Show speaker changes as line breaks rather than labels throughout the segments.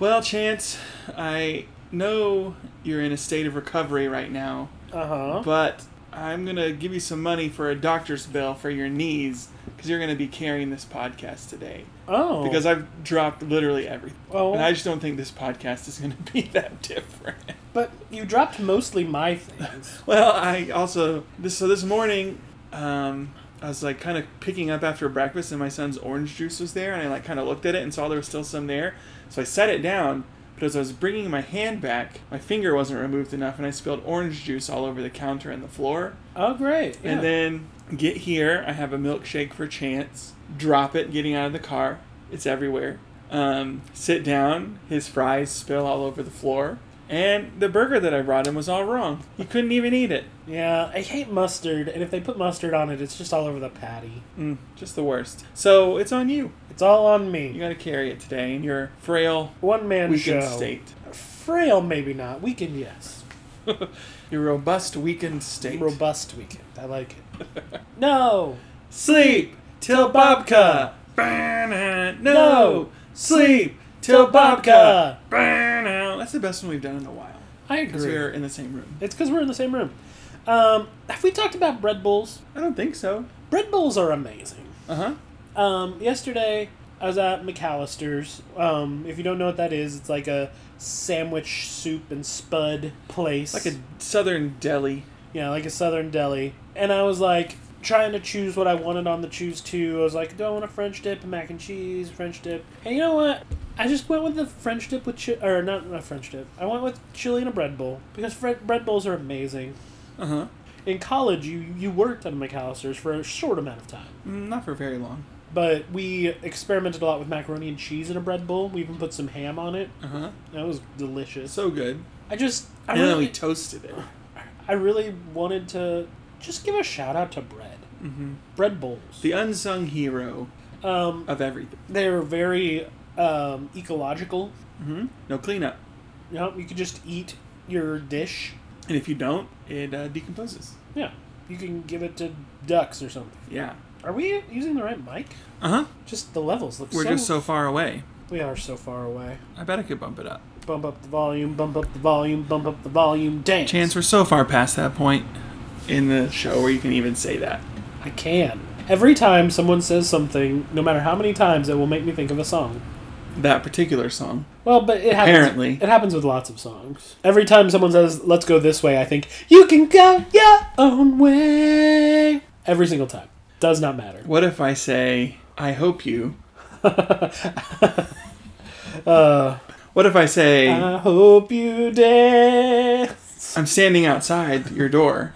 Well, Chance, I know you're in a state of recovery right now,
Uh huh.
but I'm going to give you some money for a doctor's bill for your knees because you're going to be carrying this podcast today.
Oh.
Because I've dropped literally everything.
Oh.
And I just don't think this podcast is going to be that different.
but you dropped mostly my things.
Well, I also this so this morning, um, I was like kind of picking up after breakfast, and my son's orange juice was there, and I like kind of looked at it and saw there was still some there, so I set it down. But as I was bringing my hand back, my finger wasn't removed enough, and I spilled orange juice all over the counter and the floor.
Oh, great. yeah.
And then get here, I have a milkshake for Chance. Drop it, getting out of the car. It's everywhere. Um, sit down, his fries spill all over the floor. And the burger that I brought him was all wrong. He couldn't even eat it.
Yeah, I hate mustard, and if they put mustard on it, it's just all over the patty.
Mm, just the worst. So it's on you.
It's all on
You
me.
got to carry it today in your frail
One man
weakened
show.
state.
Frail, maybe not. Weekend, yes.
Your robust weakened state.
Robust weekend. I like it. no.
sleep till babka. Burn No. Sleep till babka. Burn That's the best one we've done in a while.
I
Because
agree.
we're in the same room.
It's because we're in the same room. Um, have we talked about bread bowls?
I don't think so.
Bread bowls are amazing.
Uh huh.
Um, yesterday, I was at McAllister's. Um, if you don't know what that is, it's like a sandwich, soup, and spud place.
Like a southern deli.
yeah, like a southern deli. And I was like trying to choose what I wanted on the choose two. I was like, do I want a French dip, a mac and cheese, French dip? And you know what? I just went with the French dip with chi- or not a French dip. I went with chili and a bread bowl because fre- bread bowls are amazing.
Uh huh.
In college, you you worked at McAllister's for a short amount of time.
Mm, Not for very long.
But we experimented a lot with macaroni and cheese in a bread bowl. We even put some ham on it.
Uh huh.
That was delicious.
So good.
I just, I
And then we
really,
toasted it.
I really wanted to just give a shout out to bread,
hmm
bread bowls.
The unsung hero
Um,
of everything.
they're very um, ecological.
hmm No cleanup.
You know, you could just eat your dish.
And if you don't, it uh, decomposes.
Yeah, you can give it to ducks or something.
Yeah.
Are we using the right mic?
Uh huh.
Just the levels look.
We're
so,
just so far away.
We are so far away.
I bet I could bump it up.
Bump up the volume. Bump up the volume. Bump up the volume. Dance.
Chance, we're so far past that point in the show where you can even say that.
I can. Every time someone says something, no matter how many times, it will make me think of a song.
That particular song.
Well, but it happens.
Apparently.
it happens with lots of songs. Every time someone says "Let's go this way," I think you can go your own way. Every single time, does not matter.
What if I say, I hope you?
Uh,
What if I say,
I hope you dance.
I'm standing outside your door?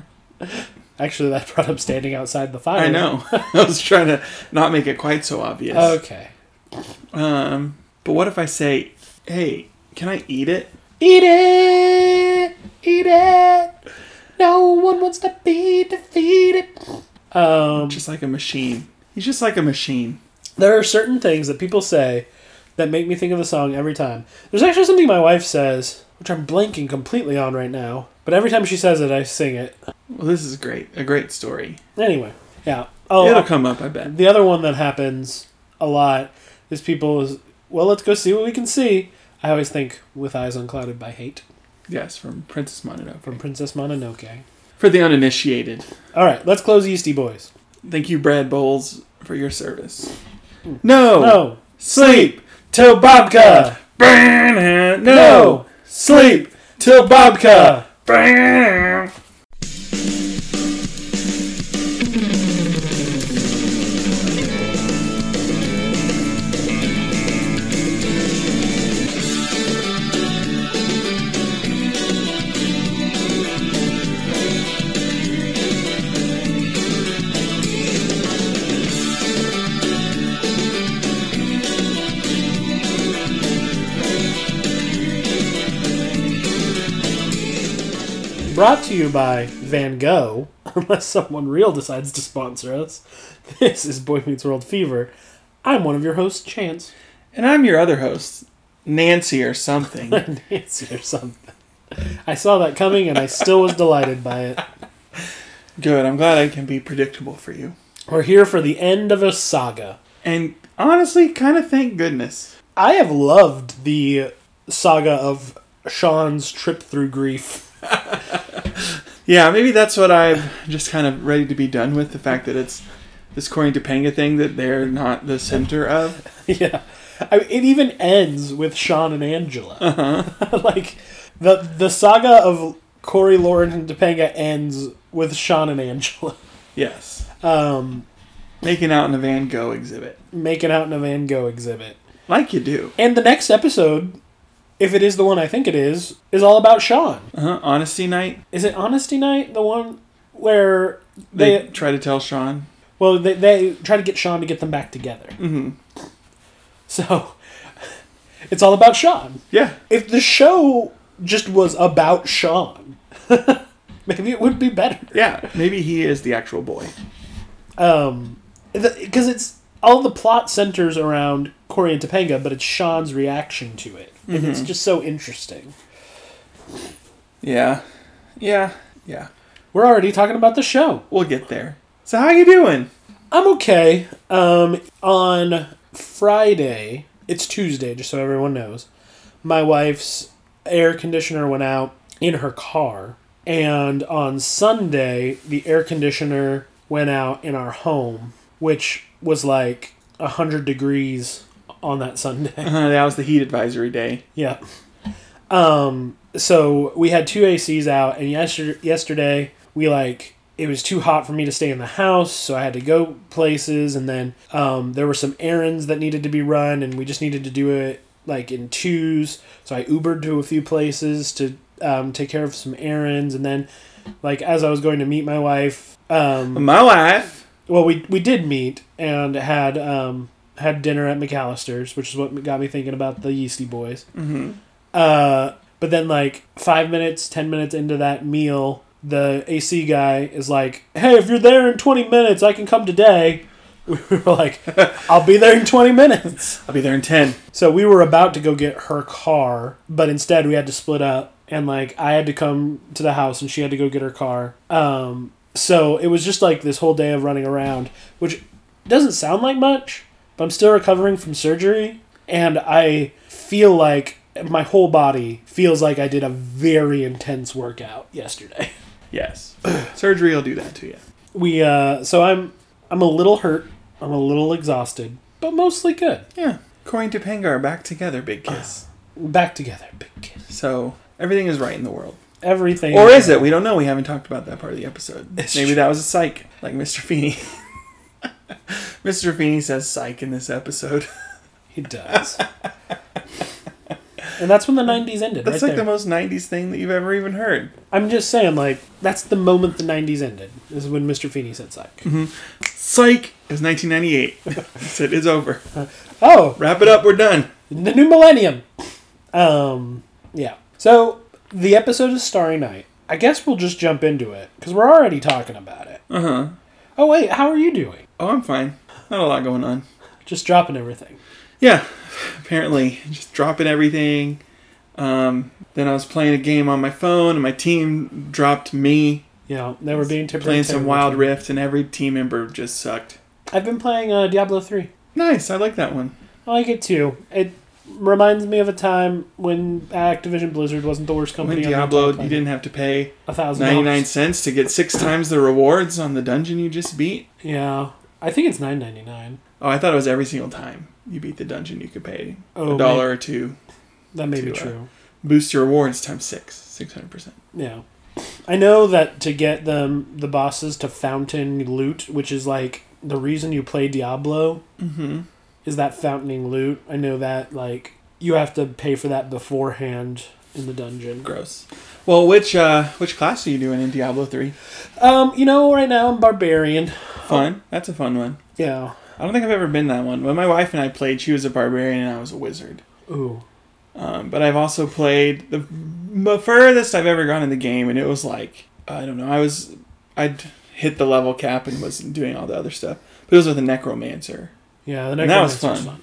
Actually, that brought up standing outside the fire.
I know. I was trying to not make it quite so obvious.
Okay,
Um, but what if I say, hey, can I eat it?
eat it, eat it. No one wants to be defeated. Um,
Just like a machine. He's just like a machine.
there are certain things that people say that make me think of the song every time. There's actually something my wife says, which I'm blanking completely on right now, but every time she says it, I sing it.
Well, this is great. A great story.
Anyway, yeah. Oh,
It'll come up, I bet.
the other one that happens a lot is people is well, let's go see what we can see. I always think with eyes unclouded by hate
Yes, from Princess Mononoke.
from Princess Mononoke.
For the uninitiated,
All right, let's close Yeasty Boys.
thank you, Brad Bowles, for your service. No,
No,
sleep till babka. Burn. No, sleep till babka. Burn.
Brought to you by Van Gogh, unless someone real decides to sponsor us. This is Boy Meets World Fever. I'm one of your hosts, Chance
And I'm your other host, Nancy or something.
Nancy or something. I saw that coming and I still was delighted by it.
Good. I'm glad I can be predictable for you.
We're here for the end of a saga.
And honestly, kind of thank goodness.
I have loved the saga of Sean's trip through grief.
Yeah, maybe that's what I'm just kind of ready to be done with the fact that it's this Corey Topanga thing that they're not the center of.
yeah. I mean, it even ends with Sean and Angela. like the the saga of Corey Lauren and Topanga ends with Sean and Angela
Yes.
um,
Making out in a Van Gogh exhibit.
making out in a Van Gogh exhibit.
Like you do.
And the next episode, if it is the one I think it is, is all about Sean.
Uh-huh. Honesty night.
Is it Honesty Night? The one where
They,
they,
try to tell Sean.
well they, they try to get Sean to get them back together.
Mm-hmm.
So it's all about Sean.
Yeah.
If the show just was about Sean, maybe it would be better.
Yeah. Maybe he is the actual boy.
Um, because it's all the plot centers around Corey and Topanga, but it's Sean's reaction to it, and it's just so interesting.
Yeah. Yeah. Yeah.
We're already talking about the show.
We'll get there. So how you doing?
I'm okay. Um, on Friday, it's Tuesday, just so everyone knows. My wife's air conditioner went out in her car, and on Sunday, the air conditioner went out in our home, which was like 100 degrees on that Sunday.
Uh, that was the heat advisory day.
Yeah. Um. So we had two ACs out, and yesterday, yesterday we like it was too hot for me to stay in the house, so I had to go places, and then um, there were some errands that needed to be run, and we just needed to do it like in twos. So I Ubered to a few places to um, take care of some errands, and then like as I was going to meet my wife, um,
My wife.
well we we did meet and had um had dinner at McAllister's, which is what got me thinking about the Yeasty Boys.
Mhm.
Uh, but then like five minutes, ten minutes into that meal, the AC guy is like, "Hey, if you're there in twenty minutes, I can come today." We were like, "I'll be there in twenty minutes."
I'll be there in ten.
So we were about to go get her car, but instead we had to split up and like I had to come to the house and she had to go get her car. Um so it was just like this whole day of running around, which doesn't sound like much, but I'm still recovering from surgery and I feel like my whole body feels like I did a very intense workout yesterday.
Yes. Surgery will do that to you.
We uh so I'm I'm a little hurt, I'm a little exhausted, but mostly good.
Yeah. Corey and Topanga are back together. Big kiss.
Back together, big kiss.
So everything is right in the world.
Everything
Or is it? We don't know. We haven't talked about that part of the episode.
It's
Maybe
true.
that was a psych, like Mr. Feeney. Mr. Feeney says psych in this episode.
He does. and that's when the 90s ended,
That's
right
like
there.
the most 90s thing that you've ever even heard.
I'm just saying, like, that's the moment the 90s ended, is when Mr. Feeney said psych.
Mm-hmm. Psych is 1998. That's it. It's over.
Oh,
Wrap it up. We're done.
the new millennium! Um, yeah. So, the episode is Starry Night. I guess we'll just jump into it, because we're already talking about it.
Uh huh.
Oh, wait, how are you doing?
Oh, I'm fine. Not a lot going on.
Just dropping everything.
Yeah, apparently just dropping everything. Um, then I was playing a game on my phone, and my team dropped me
You know, they were being temporary.
playing some Wild Rift, and every team member just sucked.
I've been playing uh, Diablo 3.
Nice. I like that one.
I like it too. It reminds me of a time when Activision Blizzard wasn't the worst
When
company. on the
Diablo,
entire
you
planet.
didn't have to pay
a thousand
99
dollars.
cents to get six times the rewards on the dungeon you just beat.
Yeah, I think it's nine ninety nine.
Oh, I thought it was every single time you beat the dungeon, you could pay
Oh,
a dollar or two.
that may be
to, uh,
true.
Boost your rewards times six, 600%.
Yeah, I know that to get them the bosses to fountain loot, which is like the reason you play Diablo,
Mm-hmm.
is that fountaining loot. I know that like you have to pay for that beforehand in the dungeon.
Gross. Well, which uh, which class are you doing in Diablo 3?
Um, you know, right now I'm barbarian.
Fun.
Oh.
That's a fun one.
Yeah.
I don't think I've ever been that one. When my wife and I played, she was a barbarian and I was a wizard.
Ooh.
Um, but I've also played the m- furthest I've ever gone in the game, and it was like I don't know. I was I'd hit the level cap and was doing all the other stuff, but it was with a necromancer
Yeah, the
And that was
necromancer's fun.
fun.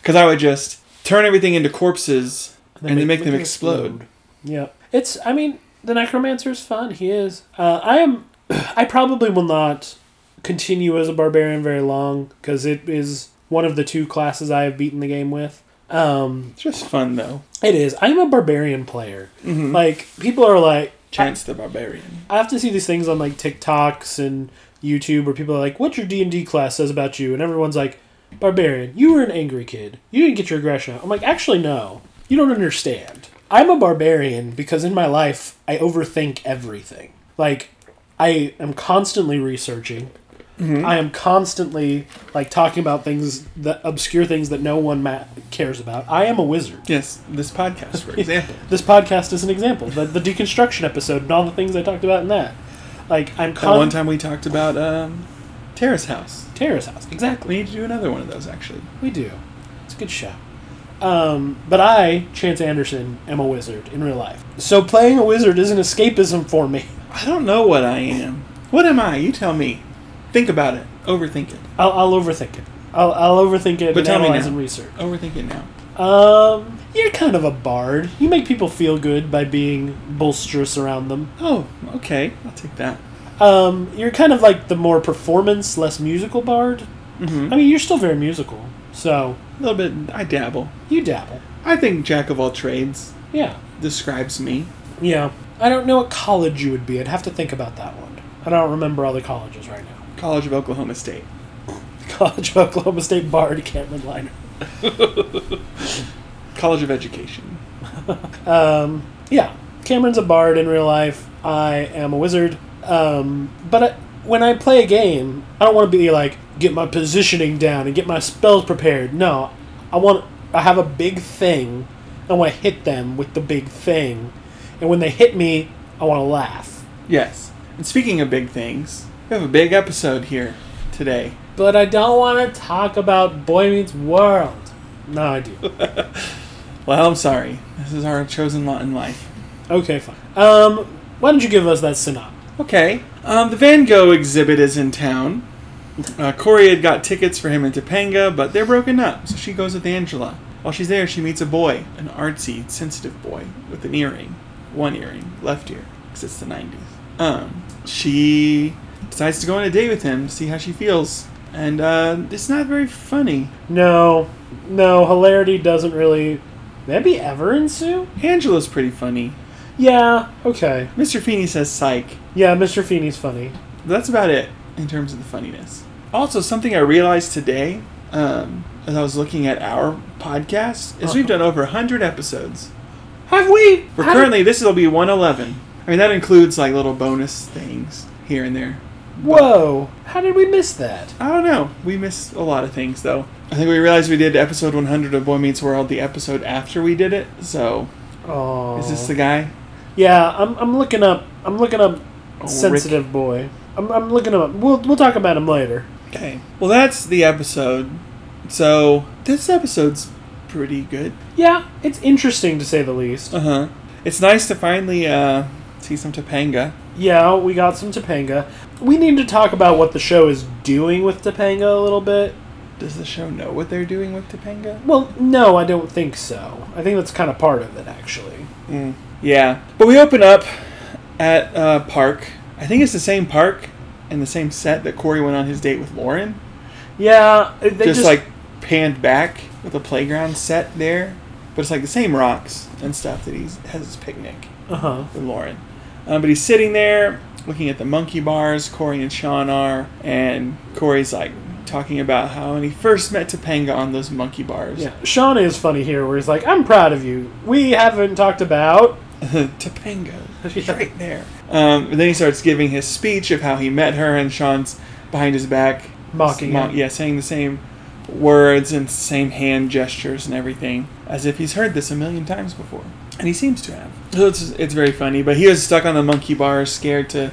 because I would just turn everything into corpses. And they make them explode.
Yeah, it's. I mean, the necromancer is fun. He is. Uh, I am. I probably will not continue as a barbarian very long because it is one of the two classes I have beaten the game with. Um,
It's just fun though.
it is. I'm a barbarian player.
Mhm.
Like people are like,
Chance the Barbarian.
I have to see these things on like TikToks and YouTube where people are like, "What your D and D class says about you," and everyone's like, "Barbarian, you were an angry kid. You didn't get your aggression out." I'm like, actually, no. You don't understand. I'm a barbarian because in my life I overthink everything. Like, I am constantly researching. I am constantly like talking about things that obscure things that no one ma- cares about. I am a wizard.
Yes, this podcast, for example.
This podcast is an example. The, the deconstruction episode and all the things I talked about in that. Like I'm
That
con-
one time we talked about um, Terrace House.
Terrace House. Exactly.
We need to do another one of those actually.
We do. It's a good show. Um, but I, Chance Anderson, am a wizard in real life. So playing a wizard is an escapism for me.
I don't know what I am. What am I? You tell me. Think about it. Overthink it.
I'll, I'll overthink it. I'll, I'll overthink it
But
and
tell me
analyze
now.
and research.
Overthink it now.
Um, you're kind of a bard. You make people feel good by being bolsterous around them.
Oh, okay. I'll take that.
Um, you're kind of like the more performance, less musical bard.
hmm
I mean, you're still very musical, so
A little bit. I dabble.
you dabble.
I think jack of all trades
Yeah.
describes me.
Yeah. I don't know what college you would be. I'd have to think about that one. I don't remember all the colleges right now.
College of Oklahoma State.
College of Oklahoma State Bard Cameron Liner.
College of Education.
Um, yeah, Cameron's a bard in real life. I am a wizard. Um, but I, when I play a game, I don't want to be like get my positioning down and get my spells prepared. No, I want I have a big thing. I want to hit them with the big thing, and when they hit me, I want to laugh.
Yes. And speaking of big things, we have a big episode here today.
But I don't want to talk about Boy Meets World. No, I do.
Well, I'm sorry. This is our chosen lot in life.
Okay, fine. Um, why don't you give us that synopsis?
Okay. Um, the Van Gogh exhibit is in town. Uh, Corey had got tickets for him in Topanga, but they're broken up, so she goes with Angela. While she's there, she meets a boy, an artsy, sensitive boy with an earring. One earring, left ear, because it's the 90s. Um, she decides to go on a date with him, see how she feels. And uh, it's not very funny.
No, no, hilarity doesn't really. Maybe ever ensue?
Angela's pretty funny.
Yeah, okay.
Mr. Feeney says psych.
Yeah, Mr. Feeney's funny.
that's about it in terms of the funniness. Also, something I realized today um, as I was looking at our podcast is we've done over 100 episodes.
Have we?
We're
how did-
currently, this will be 111. I mean, that includes like little bonus things here and there.
Whoa, how did we miss that?
I don't know. We missed a lot of things, though. I think we realized we did episode 100 of Boy Meets World the episode after we did it. So,
Oh.
is this the guy?
Yeah, I'm, I'm looking up. I'm looking up
Oh, Rick.
Sensitive Boy. I'm, I'm looking him up. We'll, we'll talk about him later.
Okay. Well, that's the episode. So, this episode's pretty good.
Yeah, it's interesting to say the least.
Uh huh. It's nice to finally uh, see some Topanga.
Yeah, we got some Topanga. We need to talk about what the show is doing with Topanga a little bit.
Does the show know what they're doing with Topanga?
Well, no, I don't think so. I think that's kind of part of it, actually.
Mm. Yeah. But we open up at a park. I think it's the same park and the same set that Corey went on his date with Lauren.
Yeah, they just,
just, like panned back with a playground set there. But it's like the same rocks and stuff that he has his picnic
uh huh.
with Lauren. Um, but he's sitting there looking at the monkey bars Corey and Sean are. And Corey's like talking about how when he first met Topanga on those monkey bars.
Yeah, Sean is funny here, where he's like, "I'm proud of you. We haven't talked about."
Topanga. She's
Yeah.
right there. Um, and then he starts giving his speech of how he met her, and Sean's behind his back.
Mocking
Mock-
him.
Yeah, saying the same words and same hand gestures and everything, as if he's heard this a million times before. And he seems to have. So it's, it's very funny, but he was stuck on the monkey bars, scared to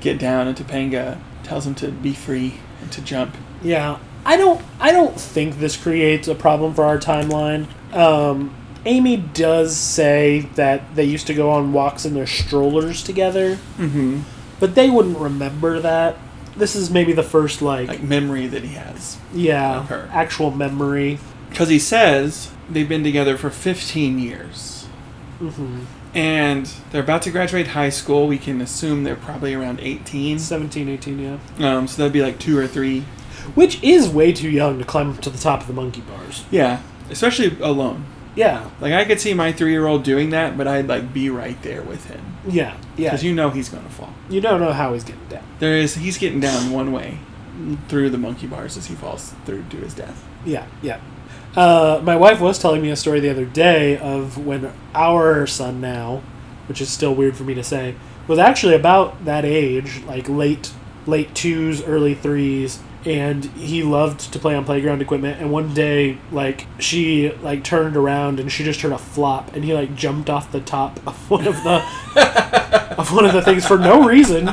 get down, and Topanga tells him to be free and to jump.
Yeah, I don't. I don't think this creates a problem for our timeline. Um, Amy does say that they used to go on walks in their strollers together,
Mm-hmm.
but they wouldn't remember that. This is maybe the first like,
Like memory that he has.
yeah
of her.
actual memory.
Because he says they've been together for 15 years.
Mm-hmm.
and they're about to graduate high school. We can assume they're probably around 18.
17, 18, yeah.
Um, so that'd be like two or three.
Which is way too young to climb to the top of the monkey bars.
Yeah. especially alone.
Yeah.
Like I could see my three year old doing that, but I'd like be right there with him
Yeah. Yeah.
because you know he's gonna fall.
You don't know how he's getting down.
There is he's getting down one way through the monkey bars as he falls through to his death.
Yeah, yeah. Uh, my wife was telling me a story the other day of when our son now, which is still weird for me to say, was actually about that age, like late late twos, early threes, and he loved to play on playground equipment. And one day, like she like turned around and she just heard a flop, and he like jumped off the top of one of the of one of the things for no reason.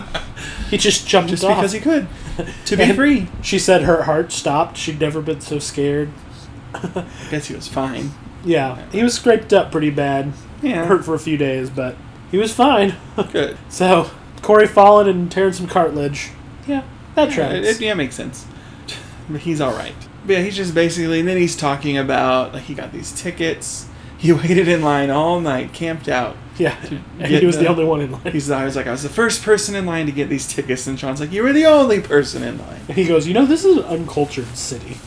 He just jumped
Just
off.
because he could to be
And-
free.
She said her heart stopped. She'd never been so scared.
I guess he was fine.
Yeah, he was scraped up pretty bad.
Yeah,
Hurt for a few days, but he was fine.
good.
so, Corey fallen and tearing some cartilage. Yeah, that
Yeah,
tracks.
it, it- yeah, makes sense. But he's all right. But yeah, he's just basically. And then he's talking about like he got these tickets. He waited in line all night, camped out.
yeah, and
get
he was the
the-
only one in line.
He's I was like I was the first person in line to get these tickets, and Sean's like you were the only person in line.
And he goes, you know, this is an uncultured city.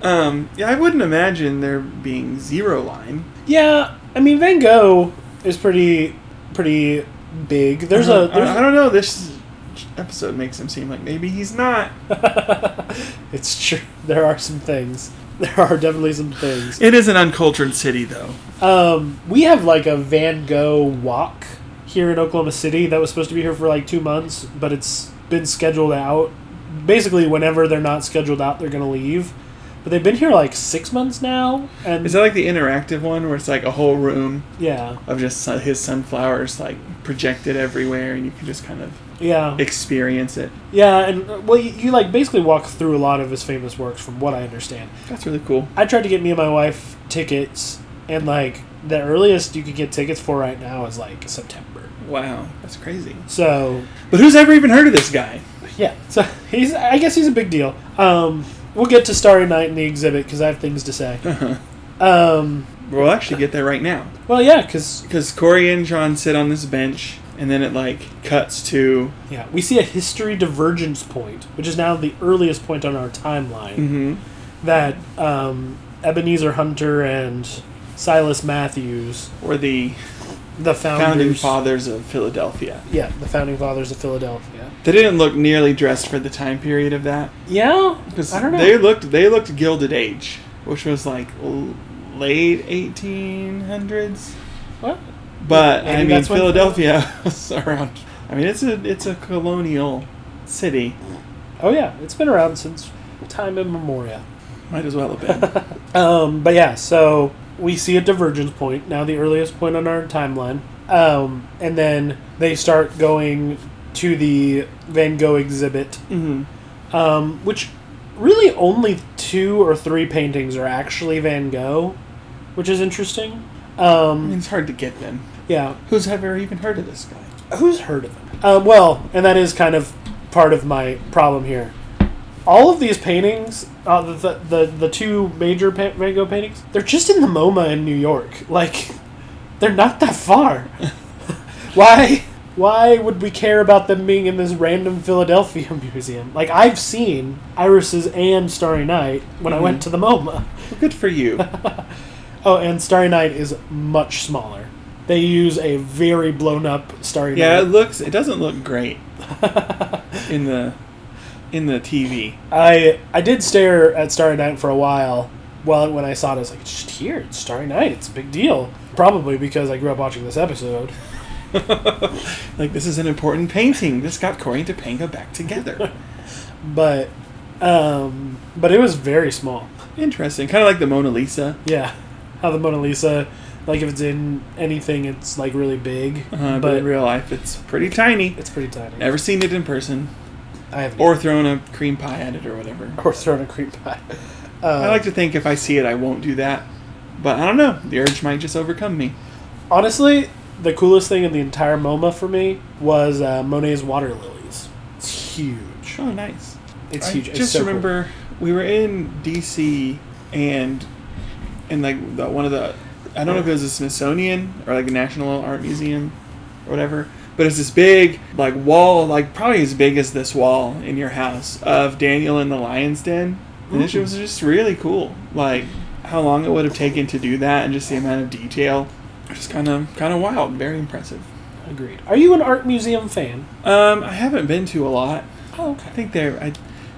Um, yeah, I wouldn't imagine there being zero line.
yeah, I mean Van Gogh is pretty, pretty big. There's
I don't-
a. There's
I, I don't know. This episode makes him seem like maybe he's not.
it's true. There are some things. There are definitely some things.
It is an uncultured city, though.
Um, we have like a Van Gogh walk here in Oklahoma City that was supposed to be here for like two months, but it's been scheduled out. Basically, whenever they're not scheduled out, they're gonna leave. But they've been here like six months now, and
Is that like the interactive one where it's like a whole room
yeah,
of just sun- his sunflowers like projected everywhere, and you can just kind of
yeah,
experience it.
yeah, and uh, well, you, you like basically walk through a lot of his famous works, from what I understand.
That's really cool.
I tried to get me and my wife tickets, and like the earliest you could get tickets for right now is like September.
Wow, that's crazy.
So
But who's ever even heard of this guy?
Yeah, so he's. I guess he's a big deal. Um, we'll get to Starry Night in the exhibit because I have things to say. Um,
We'll actually get there right now
well, yeah, because
because Corey and John sit on this bench, and then it like cuts to
yeah, we see a history divergence point, which is now the earliest point on our timeline
mm-hmm,
that um, Ebenezer Hunter and Silas Matthews,
or the
the
founding
founders,
fathers of Philadelphia.
yeah, the founding fathers of Philadelphia.
They didn't look nearly dressed for the time period of that.
Yeah,
'Cause
I don't know.
They looked they looked Gilded Age, which was like l- late eighteen hundreds.
what?
But
Maybe
I mean,
that's when-
Philadelphia was around. I mean, it's a it's a colonial city.
Oh yeah, it's been around since time immemorial.
Might as well have been.
Um, but yeah, so we see a divergence point now, the earliest point on our timeline, um, and then they start going to the Van Gogh exhibit,
hmm
um, which really only two or three paintings are actually Van Gogh, which is interesting.
I mean,
Um,
it's hard to get them.
yeah,
Who's ever even heard of this guy?
who's heard of him? Um, well, and that is kind of part of my problem here. All of these paintings, uh, the, the the two major pa- Van Gogh paintings, they're just in the MoMA in New York. Like, they're not that far. why? Why would we care about them being in this random Philadelphia museum? Like, I've seen Irises and Starry Night when I
Mm-hmm.
went to the MoMA.
Well, good for you.
Oh, and Starry Night is much smaller. They use a very blown up Starry
yeah,
Night.
it looks. It doesn't look great in the in the TV.
I I did stare at Starry Night for a while. Well, when I saw it, I was like, it's just here. It's Starry Night. It's a big deal. Probably because I grew up watching this episode.
Like this is an important painting. This got Corey and Topanga back together.
But, um, but it was very small.
Interesting. Kind of like the Mona Lisa.
Yeah, how the Mona Lisa, like if it's in anything, it's like really big,
Uh, but, in real life, it's pretty tiny.
it's pretty tiny.
Never seen it in person,
I have
or thrown a cream pie at it, or whatever.
or thrown a cream pie. Uh,
I like to think if I see it, I won't do that. But I don't know. The urge might just overcome me.
Honestly, the coolest thing in the entire MoMA for me was uh, Monet's water lilies. It's huge.
Oh, nice.
It's
I
huge. It's
just
so cool.
remember we were in D.C. and and like the, one of the I don't know if it was the Smithsonian or like the National Art Museum or whatever, but it's this big like wall, like probably as big as this wall in your house of Daniel and the Lion's Den. And it was just really cool. Like how long it would have taken to do that and just the amount of detail. Just kind of kind of wild, very impressive.
Agreed. Are you an art museum fan?
Um, I haven't been to a lot.
Oh,
I think they're I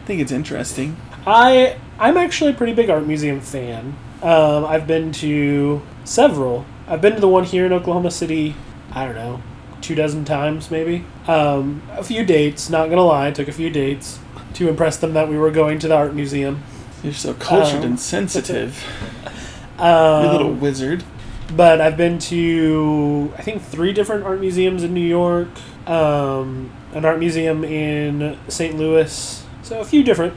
think it's interesting.
I I'm actually a pretty big art museum fan. Um, I've been to several. I've been to the one here in Oklahoma City. I don't know, two dozen times maybe. Um, a few dates. Not gonna lie, I took a few dates to impress them that we were going to the art museum.
You're so cultured
Um,
and sensitive.
Um,
you little wizard.
but I've been to I think three different art museums in New York, um, an art museum in St. Louis, so a few different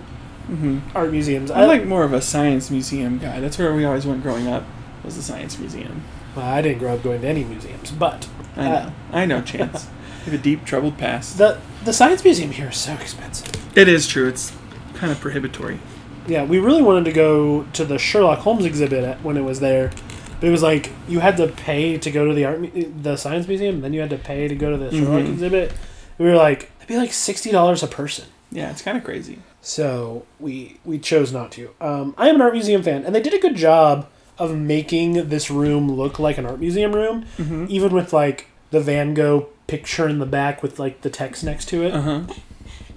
hmm
art museums.
I'm like more of a science museum guy. That's where we always went growing up. Was the science museum.
well, I didn't grow up going to any museums, but
I know. I know. Chance. you have a deep troubled past.
the the science museum here is so expensive.
It is true. It's kind of prohibitory.
Yeah, we really wanted to go to the Sherlock Holmes exhibit at- when it was there. But it was like you had to pay to go to the art, mu- the science museum, then you had to pay to go to the Sherlock
Mhm.
exhibit. We were like, it'd be like sixty dollars a person.
Yeah, it's kind of crazy.
So we we chose not to. Um, I am an art museum fan, and they did a good job of making this room look like an art museum room,
Mm-hmm.
even with like the Van Gogh picture in the back with like the text next to it.
Uh huh.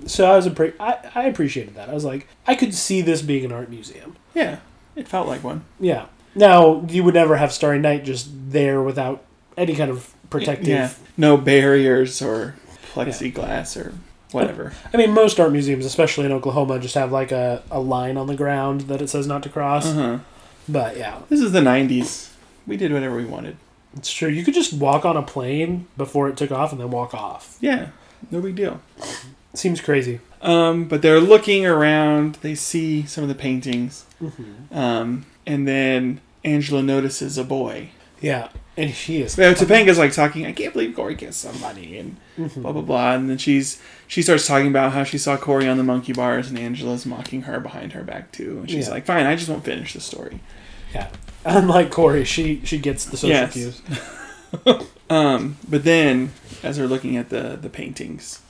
So I was appre- I, I appreciated that. I was like, I could see this being an art museum.
Yeah, it felt like one.
Yeah. Now you would never have Starry Night just there without any kind of protective.
Yeah. No barriers or plexiglass or whatever.
I mean, most art museums, especially in Oklahoma, just have like a, a line on the ground that it says not to cross.
Uh huh.
But yeah,
This is the '90s. We did whatever we wanted.
It's true. You could just walk on a plane before it took off and then walk off.
Yeah, no big deal.
Seems crazy.
Um, but they're looking around. They see some of the paintings. Um, and then Angela notices a boy.
Yeah, and she is.
Well, Topanga's like talking. I can't believe Corey kissed somebody, and
Mm-hmm.
blah blah blah. And then she's she starts talking about how she saw Corey on the monkey bars, and Angela's mocking her behind her back too. And she's
Yeah.
like, "Fine, I just won't finish the story."
Yeah, unlike Corey, she she gets the social
Yes.
cues.
Um, but then as they're looking at the the paintings,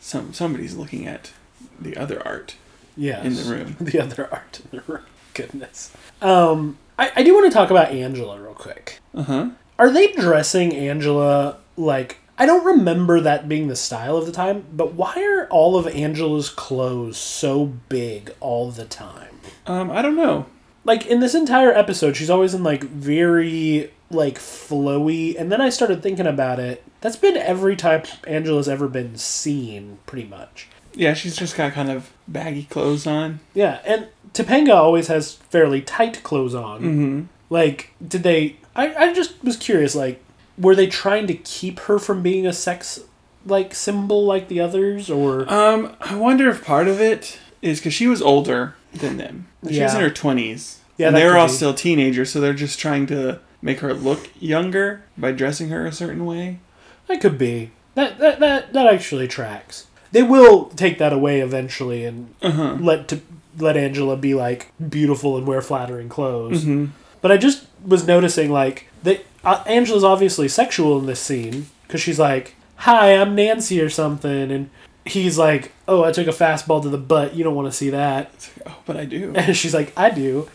some somebody's looking at the other art
Yes.
in the room.
The other art in the room. Goodness. Um, I, I do want to talk about Angela real quick.
Uh huh.
Are they dressing Angela like? I don't remember that being the style of the time, but why are all of Angela's clothes so big all the time?
Um, I don't know.
like in this entire episode she's always in like very like flowy and then i started thinking about it that's been every time angela's ever been seen pretty much
Yeah, she's just got kind of baggy clothes on.
yeah and topanga always has fairly tight clothes on
Mm-hmm.
like did they I, I just was curious like were they trying to keep her from being a sex like symbol like the others or
Um, I wonder if part of it is because she was older than them. She was in
Yeah.
her twenties.
Yeah,
and
that
they were
could
all
be.
still teenagers, so they're just trying to make her look younger by dressing her a certain way.
that could be that that that, that actually tracks they will take that away eventually and
Uh huh.
let to let Angela be like beautiful and wear flattering clothes.
hmm
But I just was noticing like that uh, Angela's obviously sexual in this scene because she's like, "Hi, I'm Nancy" or something, and he's like, "Oh, I took a fastball to the butt. You don't want to see that."
Oh, but I do.
And she's like, "I do,"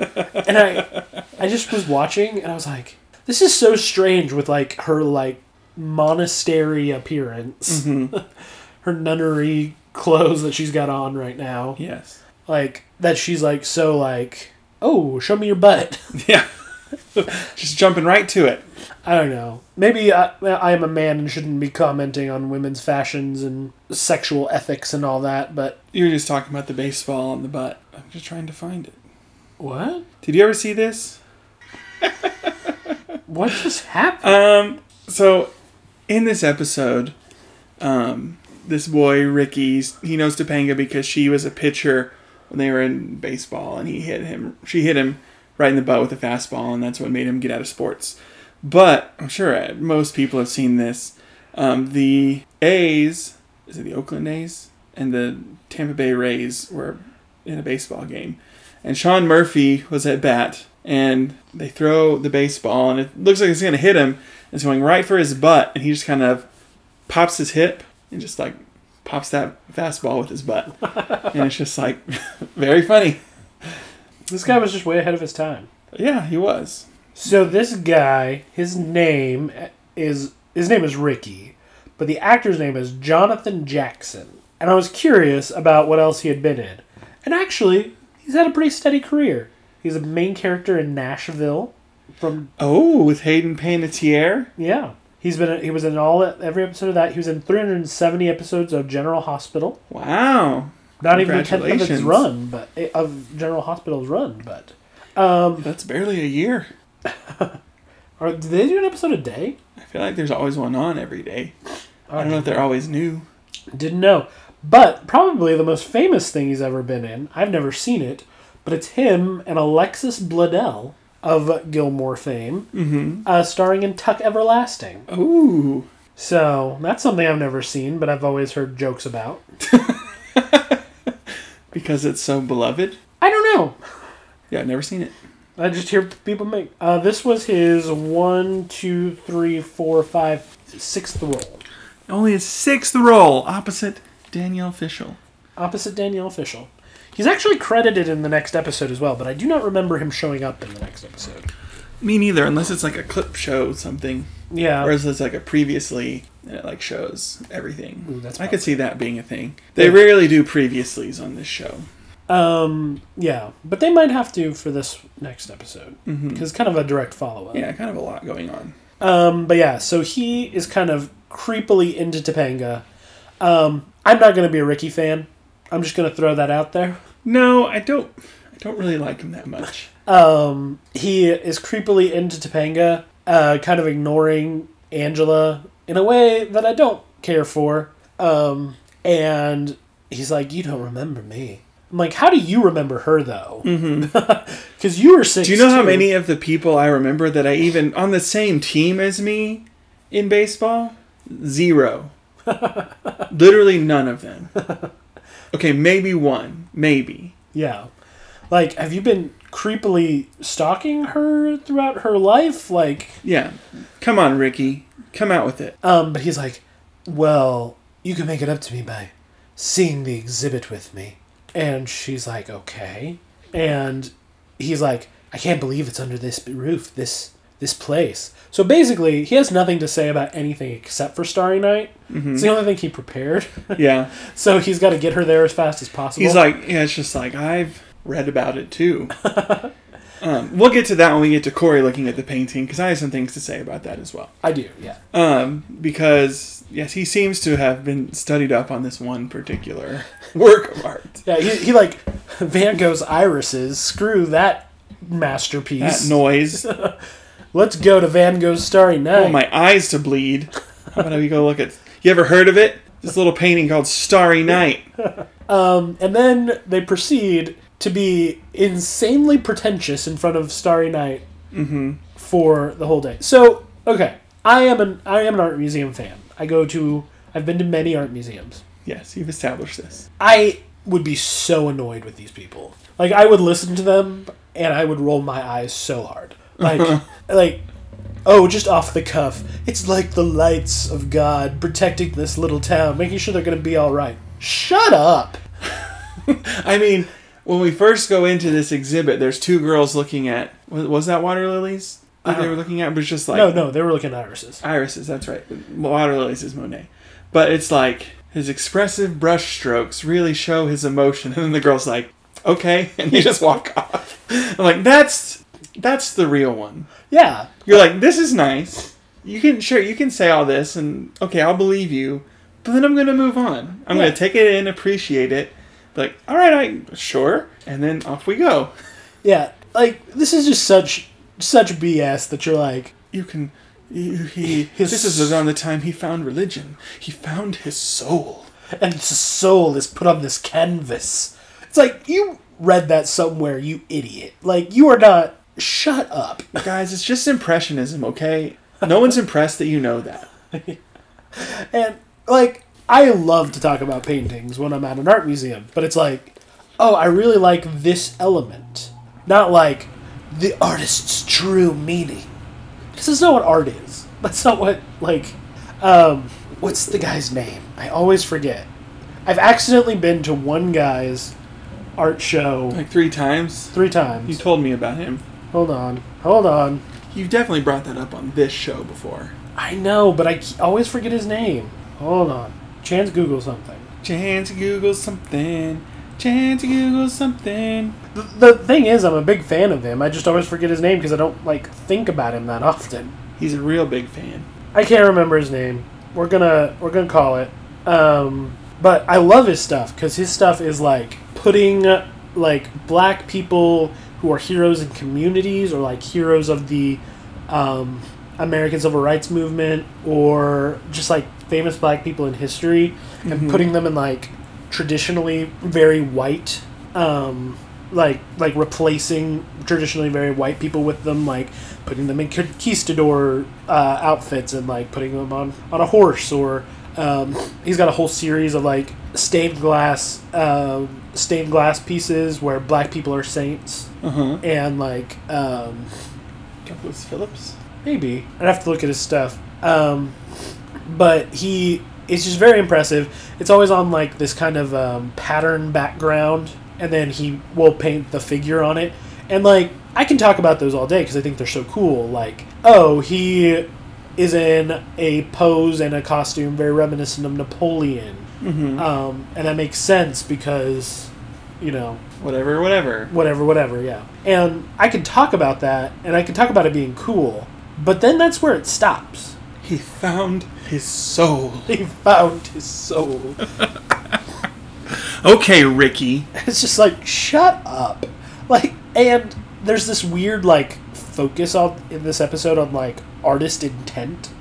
and I I just was watching and I was like, "This is so strange with like her like monastery appearance, her nunnery clothes that she's got on right now."
Yes.
like that she's like so like oh show me your butt
Yeah. just jumping right to it.
i don't know maybe I, I am a man and shouldn't be commenting on women's fashions and sexual ethics and all that but
You were just talking about the baseball on the butt. I'm just trying to find it.
what
Did you ever see this?
what just happened
Um, so in this episode, um, this boy Ricky's he knows Topanga because she was a pitcher when they were in baseball, and he hit him. She hit him right in the butt with a fastball, and that's what made him get out of sports. But I'm sure uh, most people have seen this. Um, the A's, is it the Oakland A's and the Tampa Bay Rays were in a baseball game, and Sean Murphy was at bat, and they throw the baseball, and it looks like it's gonna hit him. It's going right for his butt, and he just kind of pops his hip and just like pops that fastball with his butt, and it's just like very funny.
This guy was just way ahead of his time.
Yeah, he was.
So this guy, his name is his name is Ricky, but the actor's name is Jonathan Jackson. And I was curious about what else he had been in. And actually, he's had a pretty steady career. He's a main character in Nashville from
Oh, with Hayden Panettiere.
yeah. He's been he was in all every episode of that. He was in 370 episodes of General Hospital.
Wow,
Not even a tenth of its
Congratulations.
run, but eh, of General Hospital's run, but um
that's barely a year.
are, do they do an episode a day?
I feel like there's always one on every day. I
Or-
don't know if they're always new.
Didn't know. But probably the most famous thing he's ever been in, I've never seen it, but it's him and Alexis Bledel of Gilmore fame,
Mm-hmm.
uh, starring in Tuck Everlasting.
Ooh,
So that's something I've never seen, but I've always heard jokes about.
because it's so beloved.
I don't know.
Yeah, I've never seen it.
I just hear people make. Uh, this was his one, two, three, four, five, sixth role,
Only his sixth role, opposite Danielle Fishel.
opposite Danielle Fishel. He's actually credited in the next episode as well, but I do not remember him showing up in the next episode.
Me neither, unless it's like a clip show something,
Yeah.
or unless it's like a previously and it like shows everything.
Ooh, that's
I
probably-
could see that being a thing. They
Yeah.
rarely do previously's on this show.
Um, yeah, but they might have to for this next episode because it's kind of a direct follow up.
Mm-hmm. Yeah, kind of a lot going on.
Um, but yeah, so he is kind of creepily into Topanga. Um, I'm not gonna be a Ricky fan. I'm just gonna throw that out there.
No, I don't. I don't really like him that much.
Um, he is creepily into Topanga, uh, kind of ignoring Angela in a way that I don't care for. Um, and he's like, "You don't remember me." I'm like, "How do you remember her though?" Because you were six.
Mm-hmm. Do you know how
too.
many of the people I remember that I even on the same team as me in baseball? Zero. Literally none of them. Okay, maybe one. Maybe.
Yeah. Like, have you been creepily stalking her throughout her life? Like,
Yeah. Come on, Ricky. Come out with it.
um, but he's like, well, you can make it up to me by seeing the exhibit with me. And she's like, okay. And he's like, I can't believe it's under this roof, this this place. So basically, he has nothing to say about anything except for Starry Night.
Mm-hmm.
It's the only thing he prepared.
Yeah.
so he's got to get her there as fast as possible.
He's like, yeah, it's just like I've read about it too. Um, we'll get to that when we get to Corey looking at the painting because I have some things to say about that as well.
I do, yeah.
Um, because yes, he seems to have been studied up on this one particular work of art.
Yeah, he, he like Van Gogh's irises. Screw that
That
masterpiece.
noise.
Let's go to Van Gogh's Starry Night.
Oh, my eyes to bleed. How about we go look at? You ever heard of it? This little painting called Starry Night.
Um, and then they proceed to be insanely pretentious in front of Starry Night
Mm-hmm.
for the whole day. So okay, I am an I am an art museum fan. I go to I've been to many art museums.
Yes, you've established this.
I would be so annoyed with these people. Like I would listen to them and I would roll my eyes so hard. Like like oh, just off the cuff. It's like the lights of God protecting this little town, making sure they're going to be all right. Shut up.
I mean, when we first go into this exhibit, there's two girls looking at. Was, was that water lilies that they were looking at? It was just like
Uh-huh. No, no, they were looking at irises.
Irises, that's right. Water lilies is Monet. But it's like his expressive brush strokes really show his emotion, and then the girl's like, "Okay," and they just walk off. I'm like, "That's that's the real one."
Yeah.
You're like, "This is nice. You can sure you can say all this, and okay, I'll believe you." But then I'm gonna move on. I'm
Yeah.
gonna take it in, appreciate it. Be like, all right, I sure, and then off we go.
Yeah. Like this is just such such BS that you're like
You can. You, he.
His-
this is around the time he found religion. He found his soul.
and it's a soul is put on this canvas. It's like you read that somewhere, you idiot. Like you are not shut up.
Guys, it's just impressionism, okay? No one's impressed that you know that.
And like I love to talk about paintings when I'm at an art museum, but it's like, oh, I really like this element, not like the artist's true meaning. Because that's not what art is. That's not what like, um, what's the guy's name? I always forget. I've accidentally been to one guy's art show
like three times.
three times.
You told me about him.
hold on, hold on.
You've definitely brought that up on this show before.
I know, but I ke- always forget his name. Hold on. Chance Google something.
Chance to Google something. Chance to Google something.
The, the thing is, I'm a big fan of him. I just always forget his name because I don't like think about him that often.
He's a real big fan.
I can't remember his name. We're gonna we're gonna call it. Um, but I love his stuff because his stuff is like putting like black people who are heroes in communities or like heroes of the um, American Civil Rights Movement or just like famous black people in history and
Mhm.
putting them in like traditionally very white um, like like replacing traditionally very white people with them like putting them in conquistador uh, outfits and like putting them on on a horse or um, he's got a whole series of like stained glass um stained glass pieces where black people are saints
Uh huh.
and like um,
Douglas Phillips.
Maybe. I'd have to look at his stuff. Um, but he it's just very impressive. It's always on like this kind of um, pattern background, and then he will paint the figure on it. And like I can talk about those all day because I think they're so cool. Like oh he is in a pose and a costume very reminiscent of Napoleon,
Mm-hmm.
um, and that makes sense because you know
whatever, whatever.
whatever, whatever, yeah. And I could talk about that, and I could talk about it being cool, but then that's where it stops.
He found his soul.
He found his soul.
Okay, Ricky.
It's just like, shut up. Like, and there's this weird, like, focus on in this episode on, like, artist intent.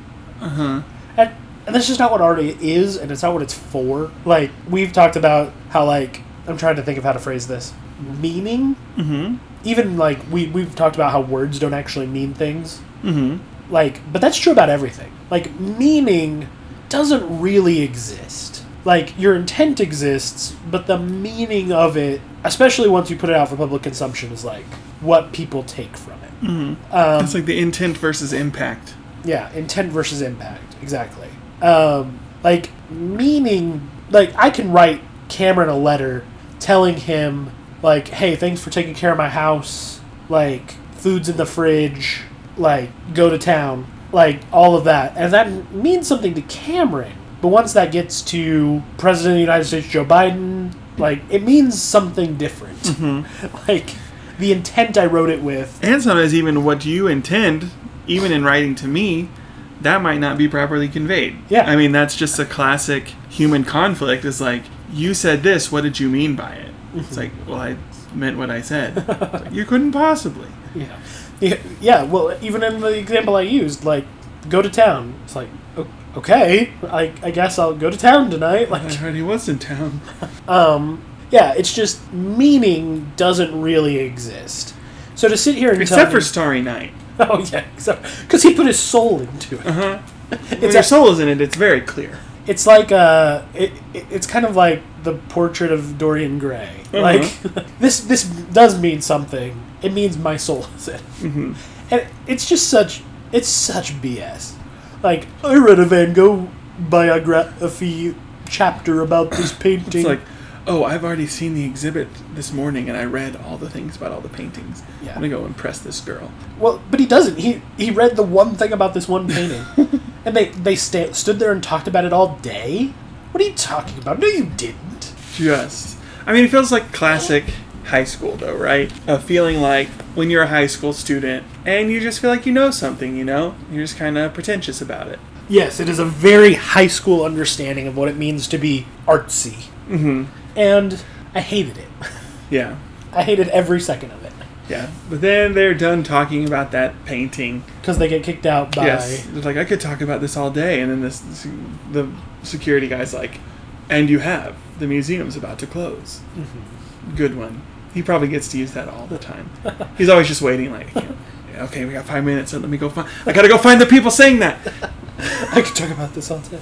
Uh huh.
And, and that's just not what art is, and it's not what it's for. Like, we've talked about how, like, I'm trying to think of how to phrase this meaning.
Mm
Even, like, we, we've talked about how words don't actually mean things.
hmm. Mm hmm.
like but that's true about everything like meaning doesn't really exist like your intent exists but the meaning of it especially once you put it out for public consumption is like what people take from it
Mm hmm.
um,
That's like the intent versus impact.
yeah intent versus impact exactly um, like meaning like i can write cameron a letter telling him like hey thanks for taking care of my house like food's in the fridge like go to town like all of that and that means something to cameron but once that gets to president of the united states joe biden like it means something different like the intent i wrote it with
And sometimes even what you intend, even in writing to me, that might not be properly conveyed.
Yeah.
I mean, that's just a classic human conflict. Is like, you said this. What did you mean by it?
Mm-hmm.
It's like, well, I meant what I said. It's like, you couldn't possibly.
Yeah. Yeah, yeah, well, even in the example I used, like, go to town. It's like, o- okay, I, I guess I'll go to town tonight.
I
Like,
already was in town.
um, yeah, it's just meaning doesn't really exist. So to sit here and
Except
tell
for
me,
Starry Night.
oh yeah, except because he put his soul into it.
Uh huh. When
It's
your
a-
soul is in it, it's very clear.
It's like uh, it, it, it's kind of like the portrait of Dorian Gray.
Mm-hmm.
Like this this does mean something. It means my soul is in. it.
Mm-hmm.
And it's just such it's such BS. Like I read a Van Gogh biography chapter about this painting.
It's like, oh, I've already seen the exhibit this morning, and I read all the things about all the paintings.
Yeah.
I'm gonna go impress this girl.
well, but he doesn't. He he read the one thing about this one painting, and they they sta- stood there and talked about it all day. What are you talking about? No, you didn't.
Just. I mean, it feels like classic high school, though, right? Of feeling like when you're a high school student and you just feel like you know something, you know? You're just kind of pretentious about it.
Yes, it is a very high school understanding of what it means to be artsy,
Mm-hmm.
and I hated it.
Yeah.
I hated every second of it
Yeah. But then they're done talking about that painting.
because they get kicked out by
Yes. It's like, I could talk about this all day. And then this, this- the security guy's like, and you have. The museum's about to close. Good one. He probably gets to use that all the time. He's always just waiting, like, "Yeah, okay, we got five minutes, so let me go find. I gotta go find the people saying that.
I could talk about this all day.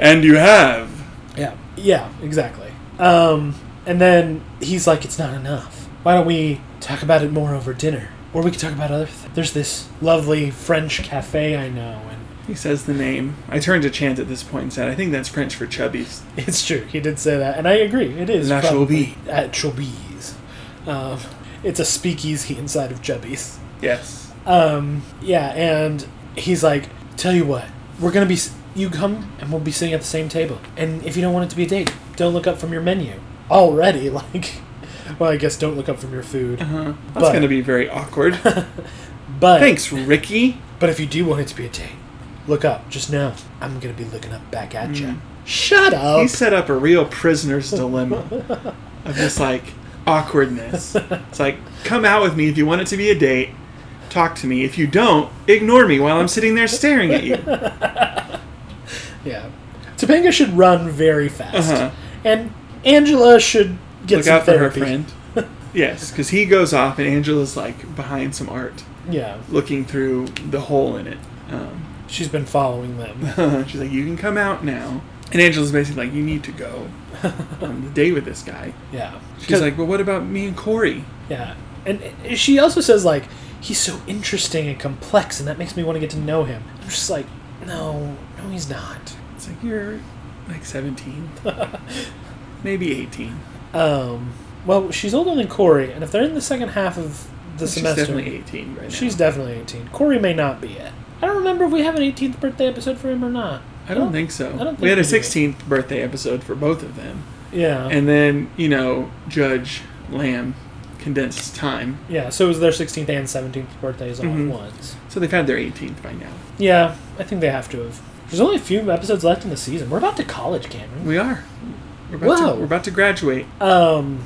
And you have.
Yeah. Yeah, exactly. Um, and then he's like, it's not enough. Why don't we talk about it more over dinner? Or we could talk about other things. There's this lovely French cafe I know, and
He says the name. I turned to Chance at this point and said, I think that's French for chubbies.
it's true. He did say that, and I agree. It is.
La
probably
Chobi.
At Chobi's. Um, it's a speakeasy inside of Chubby's.
Yes.
Um, yeah, and he's like, "Tell you what, we're gonna be. s- You come and we'll be sitting at the same table. And if you don't want it to be a date, don't look up from your menu already. Like, well, I guess don't look up from your food.
Uh-huh. That's
But-
gonna be very awkward.
But
Thanks, Ricky.
But if you do want it to be a date, look up just now. I'm gonna be looking up back at you.
Mm.
Shut up.
He set up a real prisoner's dilemma of just like awkwardness. It's like, come out with me if you want it to be a date. Talk to me. If you don't, ignore me while I'm sitting there staring at you.
yeah, Topanga should run very fast,
Uh-huh.
and Angela should get
Look
some
out for her
therapy.
friend. Yes, because he goes off and Angela's like behind some art,
Yeah,
looking through the hole in it. Um,
she's been following them.
She's like, you can come out now. And Angela's basically like, you need to go on the date with this guy.
Yeah,
She's like, but what about me and Corey?
yeah, and she also says like he's so interesting and complex, and that makes me want to get to know him. I'm just like, no, no, he's not.
It's like, you're like 17, maybe 18.
um, well, she's older than Corey, and if they're in the second half of the
She's
semester,
definitely 18 right now.
She's definitely 18. Corey may not be it. I don't remember if we have an 18th birthday episode for him or not.
I don't think so.
I don't think
we had a
we do. Oh.
16th birthday episode for both of them.
Yeah.
And then, you know, Judge Lamb condensed time.
yeah, so it was their 16th and 17th birthdays all
Mhm.
at once.
So they've had their 18th by now.
Yeah, I think they have to have. There's only a few episodes left in the season. We're about to college, Cameron.
We are. We're about,
Whoa.
to, we're about to graduate.
Um,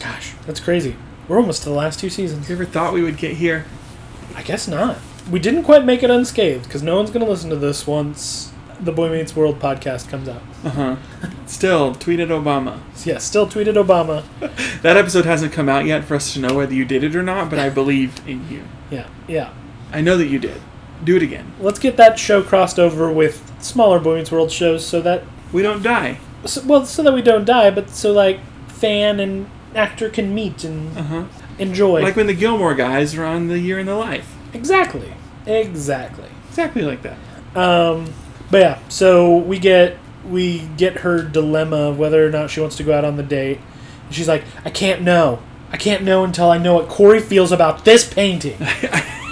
gosh, that's crazy. We're almost to the last two seasons.
You ever thought we would get here?
I guess not. We didn't quite make it unscathed because no one's going to listen to this once the Boy Meets World podcast comes out.
Uh huh. Still, tweet at Obama.
So yeah, still tweeted Obama.
That episode hasn't come out yet for us to know whether you did it or not, but I believed in you.
Yeah, yeah.
I know that you did. Do it again.
Let's get that show crossed over with smaller Boy Meets World shows so that
We don't die.
so, well, so that we don't die, but so like fan and actor can meet and
Uh huh.
enjoy.
Like when the Gilmore guys were on the Year in the Life.
exactly, exactly.
Exactly like that.
Um, but yeah, so we get we get her dilemma of whether or not she wants to go out on the date. And she's like, I can't know. I can't know until I know what Corey feels about this painting.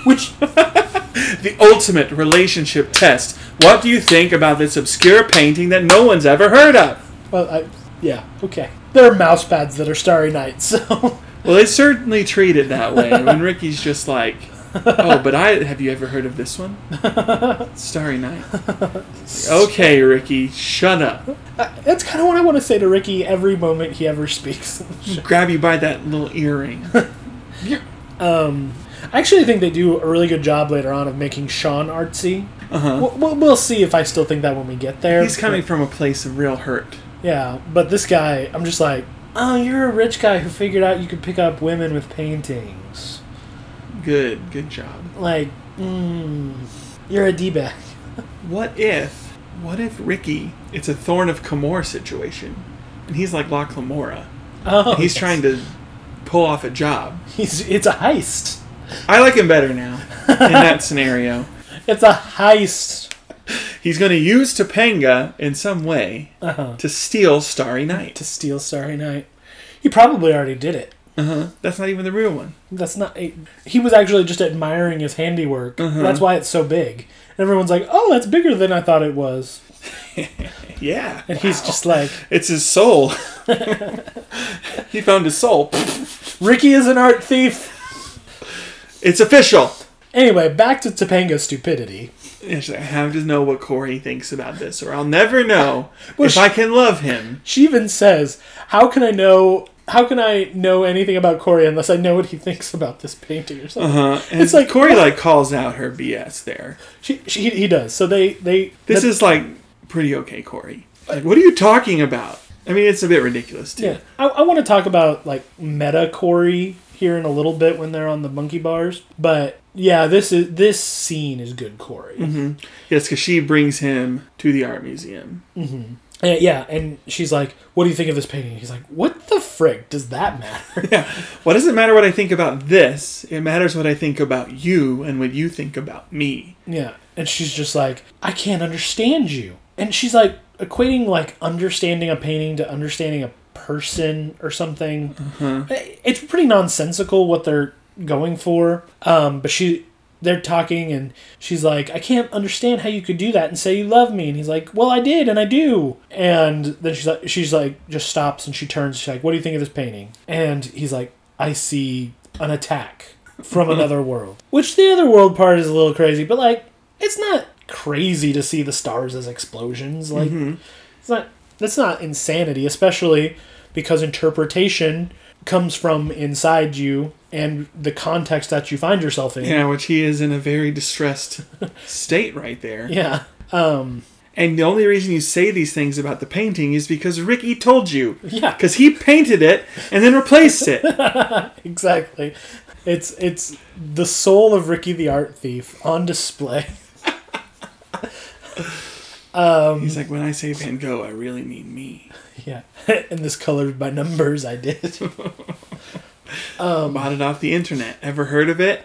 Which
The ultimate relationship test. What do you think about this obscure painting that no one's ever heard of?
well, I, yeah, okay. There are mouse pads that are Starry Night, so
Well, they certainly treat it that way. When Ricky's just like, "Oh, but I have you ever heard of this one? Starry Night." Okay, Ricky, shut up.
I, Uh, that's kind of what I want to say to Ricky every moment he ever speaks.
grab you by that little earring.
Um, I actually think they do a really good job later on of making Sean artsy.
Uh-huh.
We'll, we'll, we'll see if I still think that when we get there.
He's coming from a place of real hurt.
Yeah, but this guy, I'm just like, oh, you're a rich guy who figured out you could pick up women with paintings.
Good, good job.
Like, mm, you're a d-bag.
What if, what if Ricky, it's a Thorn of Camor situation, and he's like Loch Lamora.
Oh,
He's
yes.
trying to pull off a job.
He's it's a heist.
I like him better now in that scenario.
It's a heist.
He's going to use Topanga in some way
Uh-huh.
to steal Starry Night.
To steal Starry Night, he probably already did it.
Uh-huh. That's not even the real one.
That's not. It, he was actually just admiring his handiwork. That's why it's so big. And everyone's like, "Oh, that's bigger than I thought it was."
Yeah.
And he's just like,
It's his soul. he found his soul.
"Ricky is an art thief."
It's official.
Anyway, back to Topanga's stupidity.
And she's like, I have to know what Corey thinks about this, or I'll never know
Well,
if
she-
I can love him.
She even says, "How can I know? How can I know anything about Corey unless I know what he thinks about this painting or something?"
Uh-huh. And
It's like-
Corey like calls out her BS there.
She, she, he does. So they, they.
This
that-
is like pretty okay, Corey. Like, what are you talking about? I mean, it's a bit ridiculous too.
Yeah, I, I want to talk about like meta Corey here in a little bit when they're on the monkey bars, but yeah, this is this scene is good Corey.
Yes, because she brings him to the art museum.
And, yeah, and she's like, "What do you think of this painting?" He's like, "What the frick does that matter?"
Yeah. Well, it doesn't matter what I think about this. It matters what I think about you and what you think about me.
yeah, and she's just like, "I can't understand you," and she's like equating like understanding a painting to understanding a person or something.
Uh-huh.
I- It's pretty nonsensical what they're going for. Um, but she, they're talking, and she's like, "I can't understand how you could do that and say you love me." And he's like, "Well, I did, and I do." And then she's like, she's like, just stops and she turns. She's like, "What do you think of this painting?" And he's like, "I see an attack from another world." Which the other world part is a little crazy, but like, it's not crazy to see the stars as explosions. Like, it's not that's not insanity, especially because interpretation comes from inside you and the context that you find yourself in.
Yeah, which he is in a very distressed state right there.
Yeah. Um,
And the only reason you say these things about the painting is because Ricky told you.
yeah.
Because he painted it and then replaced it.
Exactly. It's it's the soul of Ricky the art thief on display.
He's like, when I say Van Gogh, I really mean me.
Yeah. and this colored by numbers I did.
Bought it off the internet. Ever heard of it?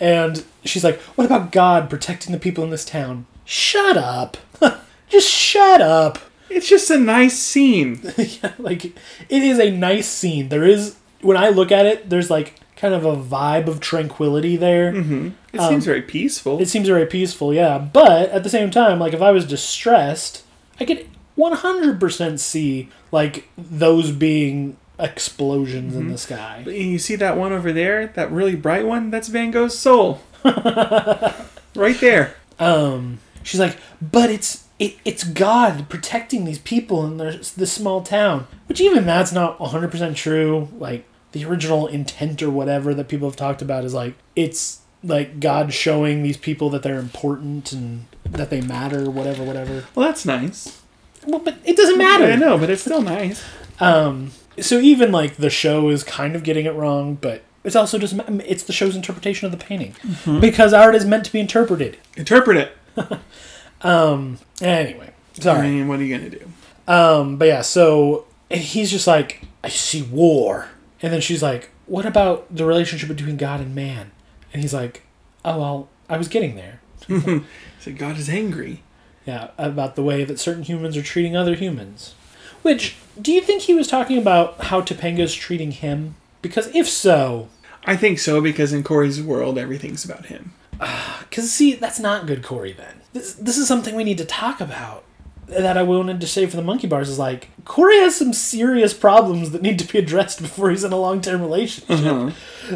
And she's like, "What about God protecting the people in this town?" Shut up. Just shut up.
It's just a nice scene.
yeah, like it is a nice scene. There is when I look at it, there's like kind of a vibe of tranquility there.
It seems very peaceful.
It seems very peaceful, yeah. But at the same time, like if I was distressed, I could 100% see like those being explosions
Mm-hmm.
in the sky.
And you see that one over there, that really bright one? That's Van Gogh's soul. right there.
Um, she's like, but it's it, it's God protecting these people in their, this small town, which even that's not one hundred percent true. Like the original intent or whatever that people have talked about is like it's like God showing these people that they're important and that they matter, whatever, whatever.
Well, that's nice.
Well, but it doesn't matter.
I know, but it's still nice.
Um, so even like the show is kind of getting it wrong, but it's also just it's the show's interpretation of the painting because art is meant to be interpreted.
Interpret it.
Um, anyway,
I
sorry.
mean, what are you going to do?
Um, but yeah, so and he's just like, I see war, and then she's like, What about the relationship between God and man? And he's like, Oh well, I was getting there.
So God is angry.
Yeah, about the way that certain humans are treating other humans. Which do you think he was talking about how Topanga's treating him? Because if so,
I think so because in Corey's world, everything's about him.
Because, see, that's not good, Corey, then. This, this is something we need to talk about that I wanted to say for the monkey bars is like, Corey has some serious problems that need to be addressed before he's in a long term relationship.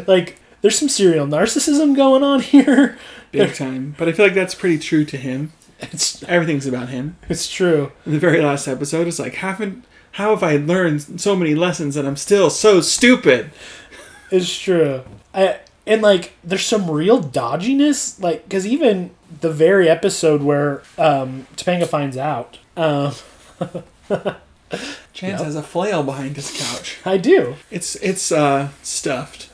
Like, there's some serial narcissism going on here.
Big time. But I feel like that's pretty true to him.
It's,
Everything's about him.
it's true.
In the very last episode, it's like, haven't. How have I learned so many lessons that I'm still so stupid?
It's true. I and like there's some real dodginess, like because even the very episode where um, Topanga finds out, um,
Chance has a flail behind his couch.
I do.
It's it's uh stuffed.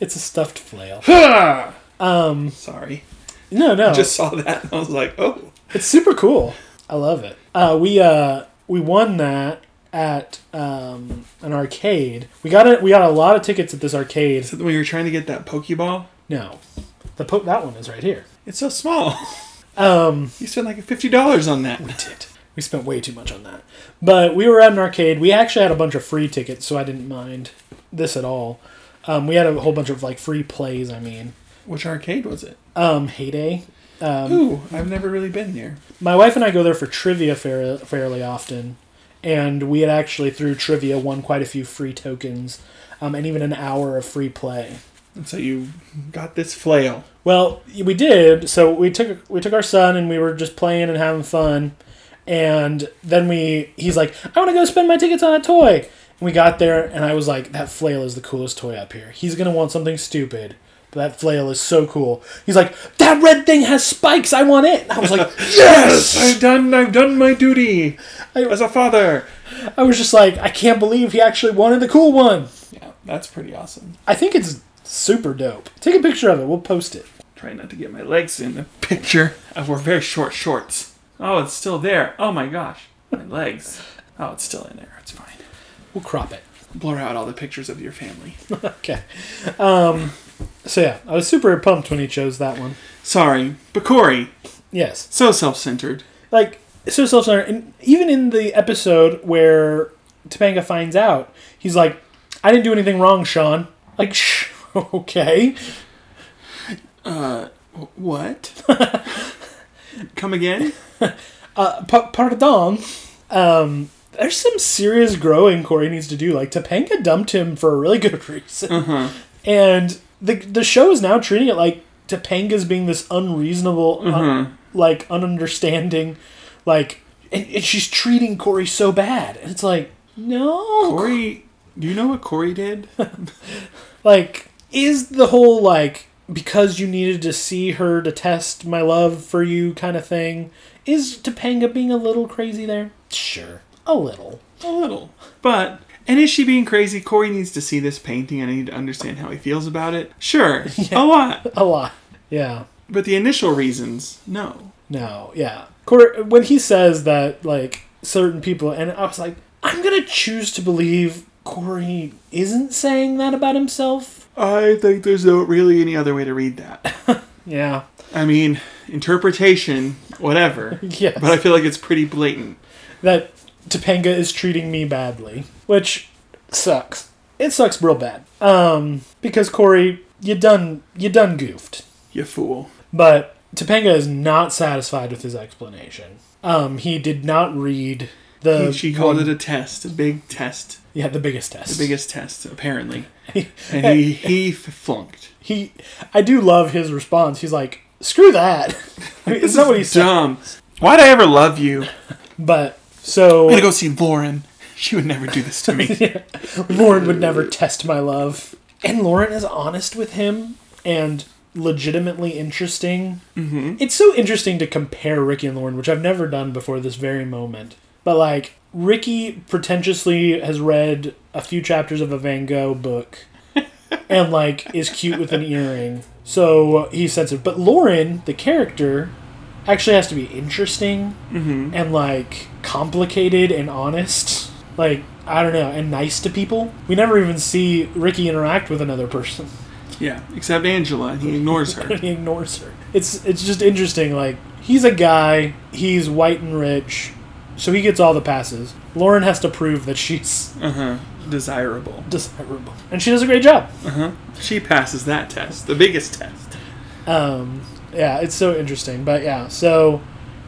It's a stuffed flail.
um uh, sorry.
No, no.
Just saw that and I was like, "Oh,
It's super cool. I love it. Uh, we uh, we won that at um, an arcade. We got it. We got a lot of tickets at this arcade.
when you were trying to get that pokeball,
No, the po- that one is right here.
it's so small.
Um,
You spent like $50 on that."
we did. We spent way too much on that. But we were at an arcade. We actually had a bunch of free tickets, so I didn't mind this at all. Um, we had a whole bunch of like free plays. I mean,
Which arcade was it?
um, heyday. Um,
Ooh, I've never really been there.
my wife and I go there for trivia fair, fairly often, and we had actually through trivia won quite a few free tokens, um, and even an hour of free play.
And so you got this flail.
Well, we did. So we took we took our son and we were just playing and having fun, and then we he's like, I want to go spend my tickets on a toy. And we got there, and I was like, that flail is the coolest toy up here. He's gonna want something stupid. But that flail is so cool. He's like, that red thing has spikes. I want it. And I was like, yes.
I've done I've done my duty as a father.
I was just like, I can't believe he actually wanted the cool one.
Yeah, that's pretty awesome.
I think it's super dope. Take a picture of it. We'll post it.
Try not to get my legs in the picture. I wore very short shorts. Oh, it's still there. Oh my gosh. My legs. Oh, it's still in there. It's fine.
We'll crop it.
Blur out all the pictures of your family.
Okay. Um, so yeah, I was super pumped when he chose that one.
Sorry, but Corey,
Yes.
so self centered.
Like so self-centered. And even in the episode where Topanga finds out, he's like, "I didn't do anything wrong, Sean." Like, Shh, okay.
Uh, wh- what? Come again?
Uh, pa- pardon. Um, there's some serious growing Corey needs to do. Like Topanga dumped him for a really good reason,
Uh-huh.
and the the show is now treating it like Topanga's being this unreasonable, un-
Mhm.
like ununderstanding, like, and, and she's treating Corey so bad. And it's like, no,
Corey, do you know what Corey did?
like is the whole like because you needed to see her to test my love for you kind of thing is Topanga being a little crazy there? Sure, a little.
A little. But, and is she being crazy? Corey needs to see this painting and I need to understand how he feels about it. Sure, a lot.
A lot. Yeah.
But the initial reasons, no.
No, yeah. Cor- when he says that, like, certain people, and I was like, I'm gonna choose to believe Corey isn't saying that about himself.
I think there's no really any other way to read that.
Yeah.
I mean, interpretation, whatever.
Yes.
But I feel like it's pretty blatant.
that Topanga is treating me badly, which sucks. It sucks real bad. Um, because Corey, you done, you done goofed.
You fool.
But Topanga is not satisfied with his explanation. Um, he did not read the.
she called
one-
it a test, a big test,
Yeah, the biggest test.
the biggest test, apparently. And he, he f- flunked.
He, I do love his response. He's like, "Screw that." I mean,
This
it's not what he
is
said.
dumb. Why'd I ever love you? I'm
But
gonna
so
go see Lauren. She would never do this to me.
Lauren would never test my love, and Lauren is honest with him and legitimately interesting. Mm-hmm. It's so interesting to compare Ricky and Lauren, which I've never done before this very moment. But like Ricky pretentiously has read a few chapters of a Van Gogh book, and like is cute with an earring. So he's sensitive. But Lauren, the character, actually has to be interesting and like complicated and honest. Like, I don't know, and nice to people. We never even see Ricky interact with another person.
Yeah, except Angela, and he ignores her.
he ignores her. It's it's just interesting, like he's a guy, he's white and rich, so he gets all the passes. Lauren has to prove that she's
Uh huh. Desirable.
desirable. And she does a great job.
Uh huh. She passes that test, the biggest test.
Um, yeah, it's so interesting. But yeah, so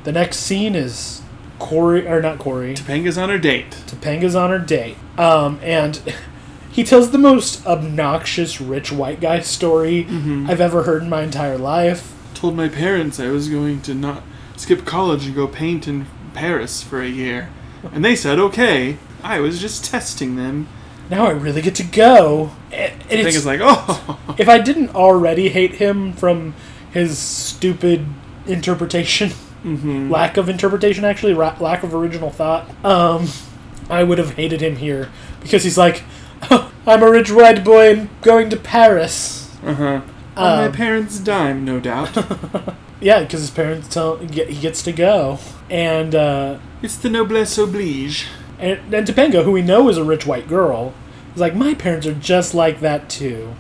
the next scene is Corey or not Corey.
Topanga's on her date.
Topanga's on her date. Um, and he tells the most obnoxious rich white guy story
Mm-hmm.
I've ever heard in my entire life.
Told my parents I was going to not skip college and go paint in Paris for a year, and they said okay. I was just testing them.
Now I really get to go. And and it's,
Topanga's like, oh,
if I didn't already hate him from his stupid interpretation,
Mm-hmm.
lack of interpretation, actually, ra- lack of original thought, um, I would have hated him here because he's like, "Oh, I'm a rich white boy and going to Paris.
uh huh. On my parents' dime, no doubt.
Yeah, because his parents tell get- he gets to go, and uh,
it's the noblesse oblige.
and and Topanga, who we know is a rich white girl, is like, my parents are just like that too.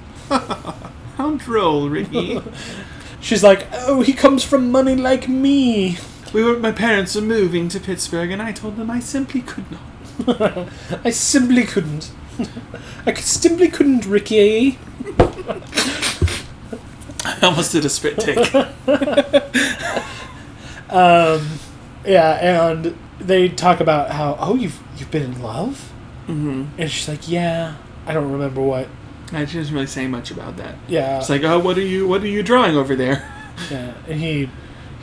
Count roll, Ricky.
She's like, oh, he comes from money like me.
we were, my parents were moving to Pittsburgh, and I told them I simply could not.
I simply couldn't. I could- simply couldn't, Ricky.
I almost did a spit take.
Um, yeah, and they talk about how, oh, you've you've been in love,
hmm
and she's like, yeah, I don't remember what.
I she doesn't really say much about that.
Yeah,
It's like, oh, what are you, what are you drawing over there?
yeah, and he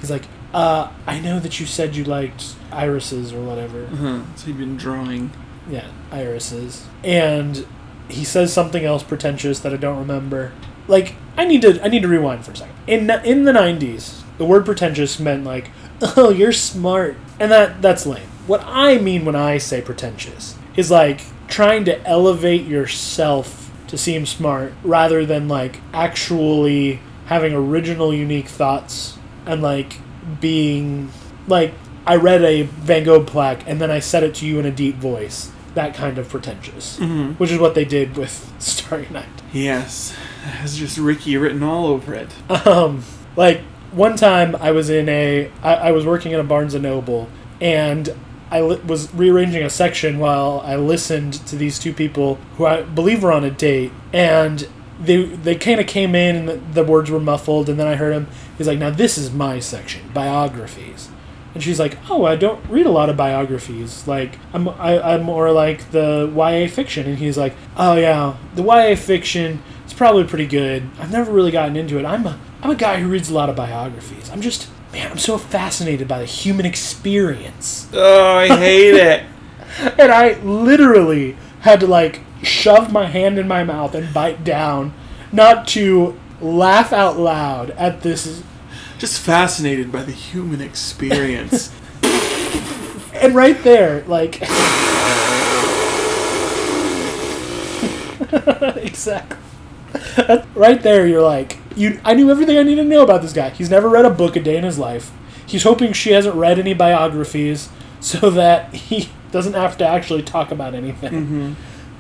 he's like, uh, I know that you said you liked irises or whatever.
Uh-huh. So you've been drawing.
Yeah, irises. And he says something else pretentious that I don't remember. Like I need to I need to rewind for a second. In in the 90s, the word pretentious meant like, "Oh, you're smart." And that that's lame. What I mean when I say pretentious is like trying to elevate yourself to seem smart rather than like actually having original unique thoughts and like being like I read a Van Gogh plaque and then I said it to you in a deep voice. That kind of pretentious,
Mm-hmm.
which is what they did with Starry Night.
Yes, it has just Ricky written all over it.
Um, like one time I was in a, I, I was working in a Barnes and Noble and I I li- was rearranging a section while I listened to these two people who I believe were on a date, and they they kind of came in and the, the words were muffled, and then I heard him. He's like, "Now this is my section, biographies," and she's like, "Oh, I don't read a lot of biographies. Like I'm I, I'm more like the YA fiction," and he's like, "Oh yeah, the YA fiction." It's probably pretty good. I've never really gotten into it. I'm a, I'm a guy who reads a lot of biographies. I'm just man, I'm so fascinated by the human experience.
Oh, I hate it.
And I literally had to like shove my hand in my mouth and bite down, not to laugh out loud at this.
Just fascinated by the human experience.
And right there, like. exactly. right there, you're like, you. I knew everything I needed to know about this guy. He's never read a book a day in his life. He's hoping she hasn't read any biographies so that he doesn't have to actually talk about anything.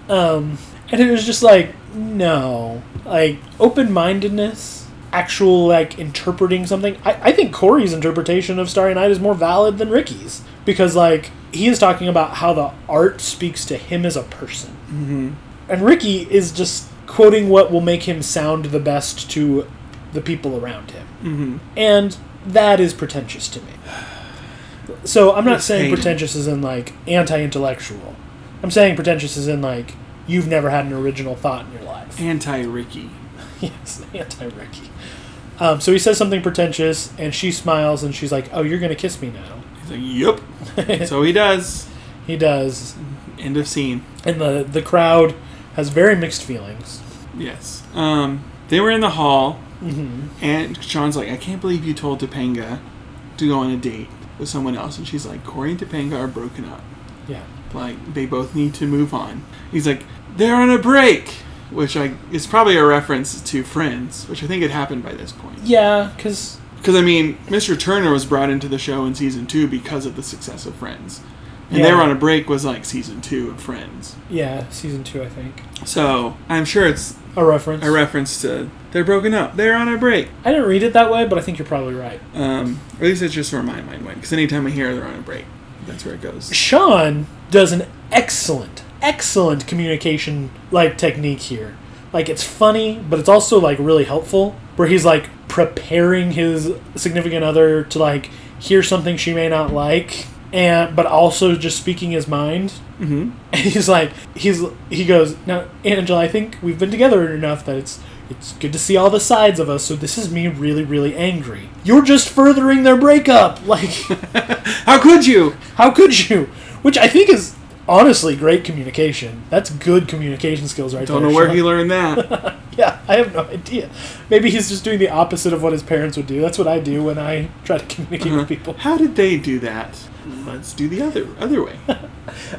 Um, and it was just like, no. Like, open mindedness, actual, like, interpreting something. I, I think Corey's interpretation of Starry Night is more valid than Ricky's. Because, like, he is talking about how the art speaks to him as a person. Mm-hmm. And Ricky is just quoting what will make him sound the best to the people around him.
mm-hmm.
And that is pretentious to me. So I'm not
It's
saying
hated.
pretentious is in like anti intellectual. I'm saying pretentious is in like you've never had an original thought in your life.
Anti Ricky.
yes, anti Ricky. Um, so he says something pretentious, and she smiles, and she's like, "Oh, you're gonna kiss me now."
He's like, yup. so he does.
he does,
End of scene.
and the the crowd has very mixed feelings.
Yes. Um, they were in the hall, Mm-hmm.
hmm
and Sean's like, I can't believe you told Topanga to go on a date with someone else. And she's like, Corey and Topanga are broken up.
Yeah.
Like, they both need to move on. He's like, they're on a break, which I is probably a reference to Friends, which I think had happened by this point.
Yeah, because
Because I mean, Mr. Turner was brought into the show in season two because of the success of Friends, and they
Yeah.
were on a break was like season two of Friends.
yeah, season two, I think,
So I'm sure it's
a reference.
a reference to they're broken up, they're on a break.
I didn't read it that way, but I think you're probably right.
Um, or at least that's just where my mind went. Because anytime I hear they're on a break, that's where it goes.
Sean does an excellent, excellent communication like technique here. Like it's funny, but it's also like really helpful. Where he's like preparing his significant other to like hear something she may not like, and but also just speaking his mind.
Mm-hmm.
And he's like, he's he goes now, Angela. I think we've been together enough that it's it's good to see all the sides of us. So this is me really, really angry. You're just furthering their breakup. Like.
How could you?
How could you? Which I think is honestly great communication. That's good communication skills right
Don't
there.
know where
Sean.
he learned that.
Yeah, I have no idea. Maybe he's just doing the opposite of what his parents would do. That's what I do when I try to communicate
Uh-huh.
with people.
How did they do that? Let's do the other other way.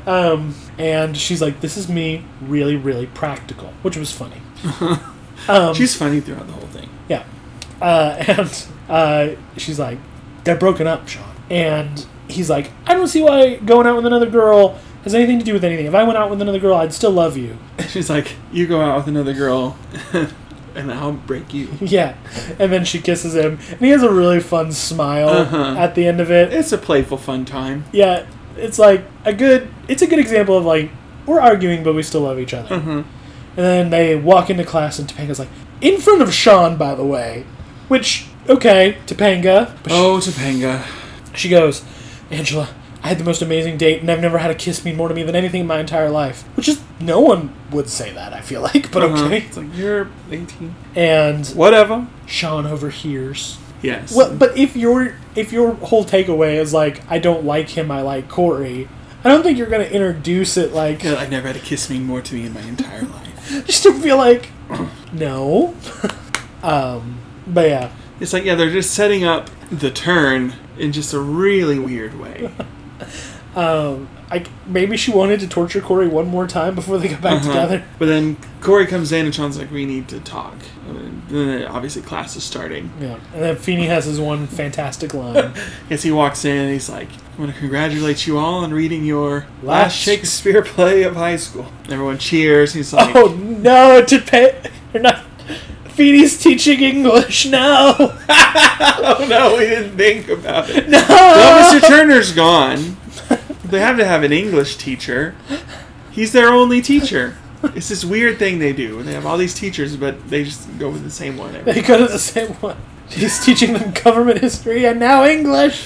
Um, and she's like, "This is me, really, really practical," which was funny. um,
She's funny throughout the whole thing.
Yeah. Uh, and uh, she's like, they're broken up, Sean. And he's like, I don't see why going out with another girl has anything to do with anything. If I went out with another girl, I'd still love you.
She's like, you go out with another girl, and I'll break you.
yeah. And then she kisses him. And he has a really fun smile
Uh-huh.
at the end of it.
It's a playful, fun time.
Yeah. It's like a good, it's a good example of like, we're arguing, but we still love each other.
Mhm.
And then they walk into class, and Topanga's like, in front of Sean, by the way. Which, okay, Topanga. But she-
Oh, Topanga.
She goes, Angela, I had the most amazing date, and I've never had a kiss mean more to me than anything in my entire life. Which is, no one would say that, I feel like, but
Uh-huh.
okay.
It's like, you're 18.
And
Whatever.
Sean overhears.
Yes.
Well, but if your if your whole takeaway is like, I don't like him, I like Corey, I don't think you're gonna introduce it like
God, I never had a kiss mean more to me in my entire life.
just to feel like, no. um, but yeah,
It's like, yeah, they're just setting up the turn in just a really weird way.
um, I maybe she wanted to torture Corey one more time before they got back
Uh-huh.
together.
But then Corey comes in and Sean's like, we need to talk. And then obviously class is starting.
Yeah, and then Feeney has his one fantastic line.
Yes, he walks in and he's like, I want to congratulate you all on reading your last,
Last-
Shakespeare play of high school. Everyone cheers. He's like,
Oh no, to pay or not. Feeney's teaching English now.
oh no, we didn't think about it.
No,
Well, Mr. Turner's gone. They have to have an English teacher. He's their only teacher. It's this weird thing they do. They have all these teachers, but they just go with the same one. Every
They go to the same one. He's teaching them government history and now English.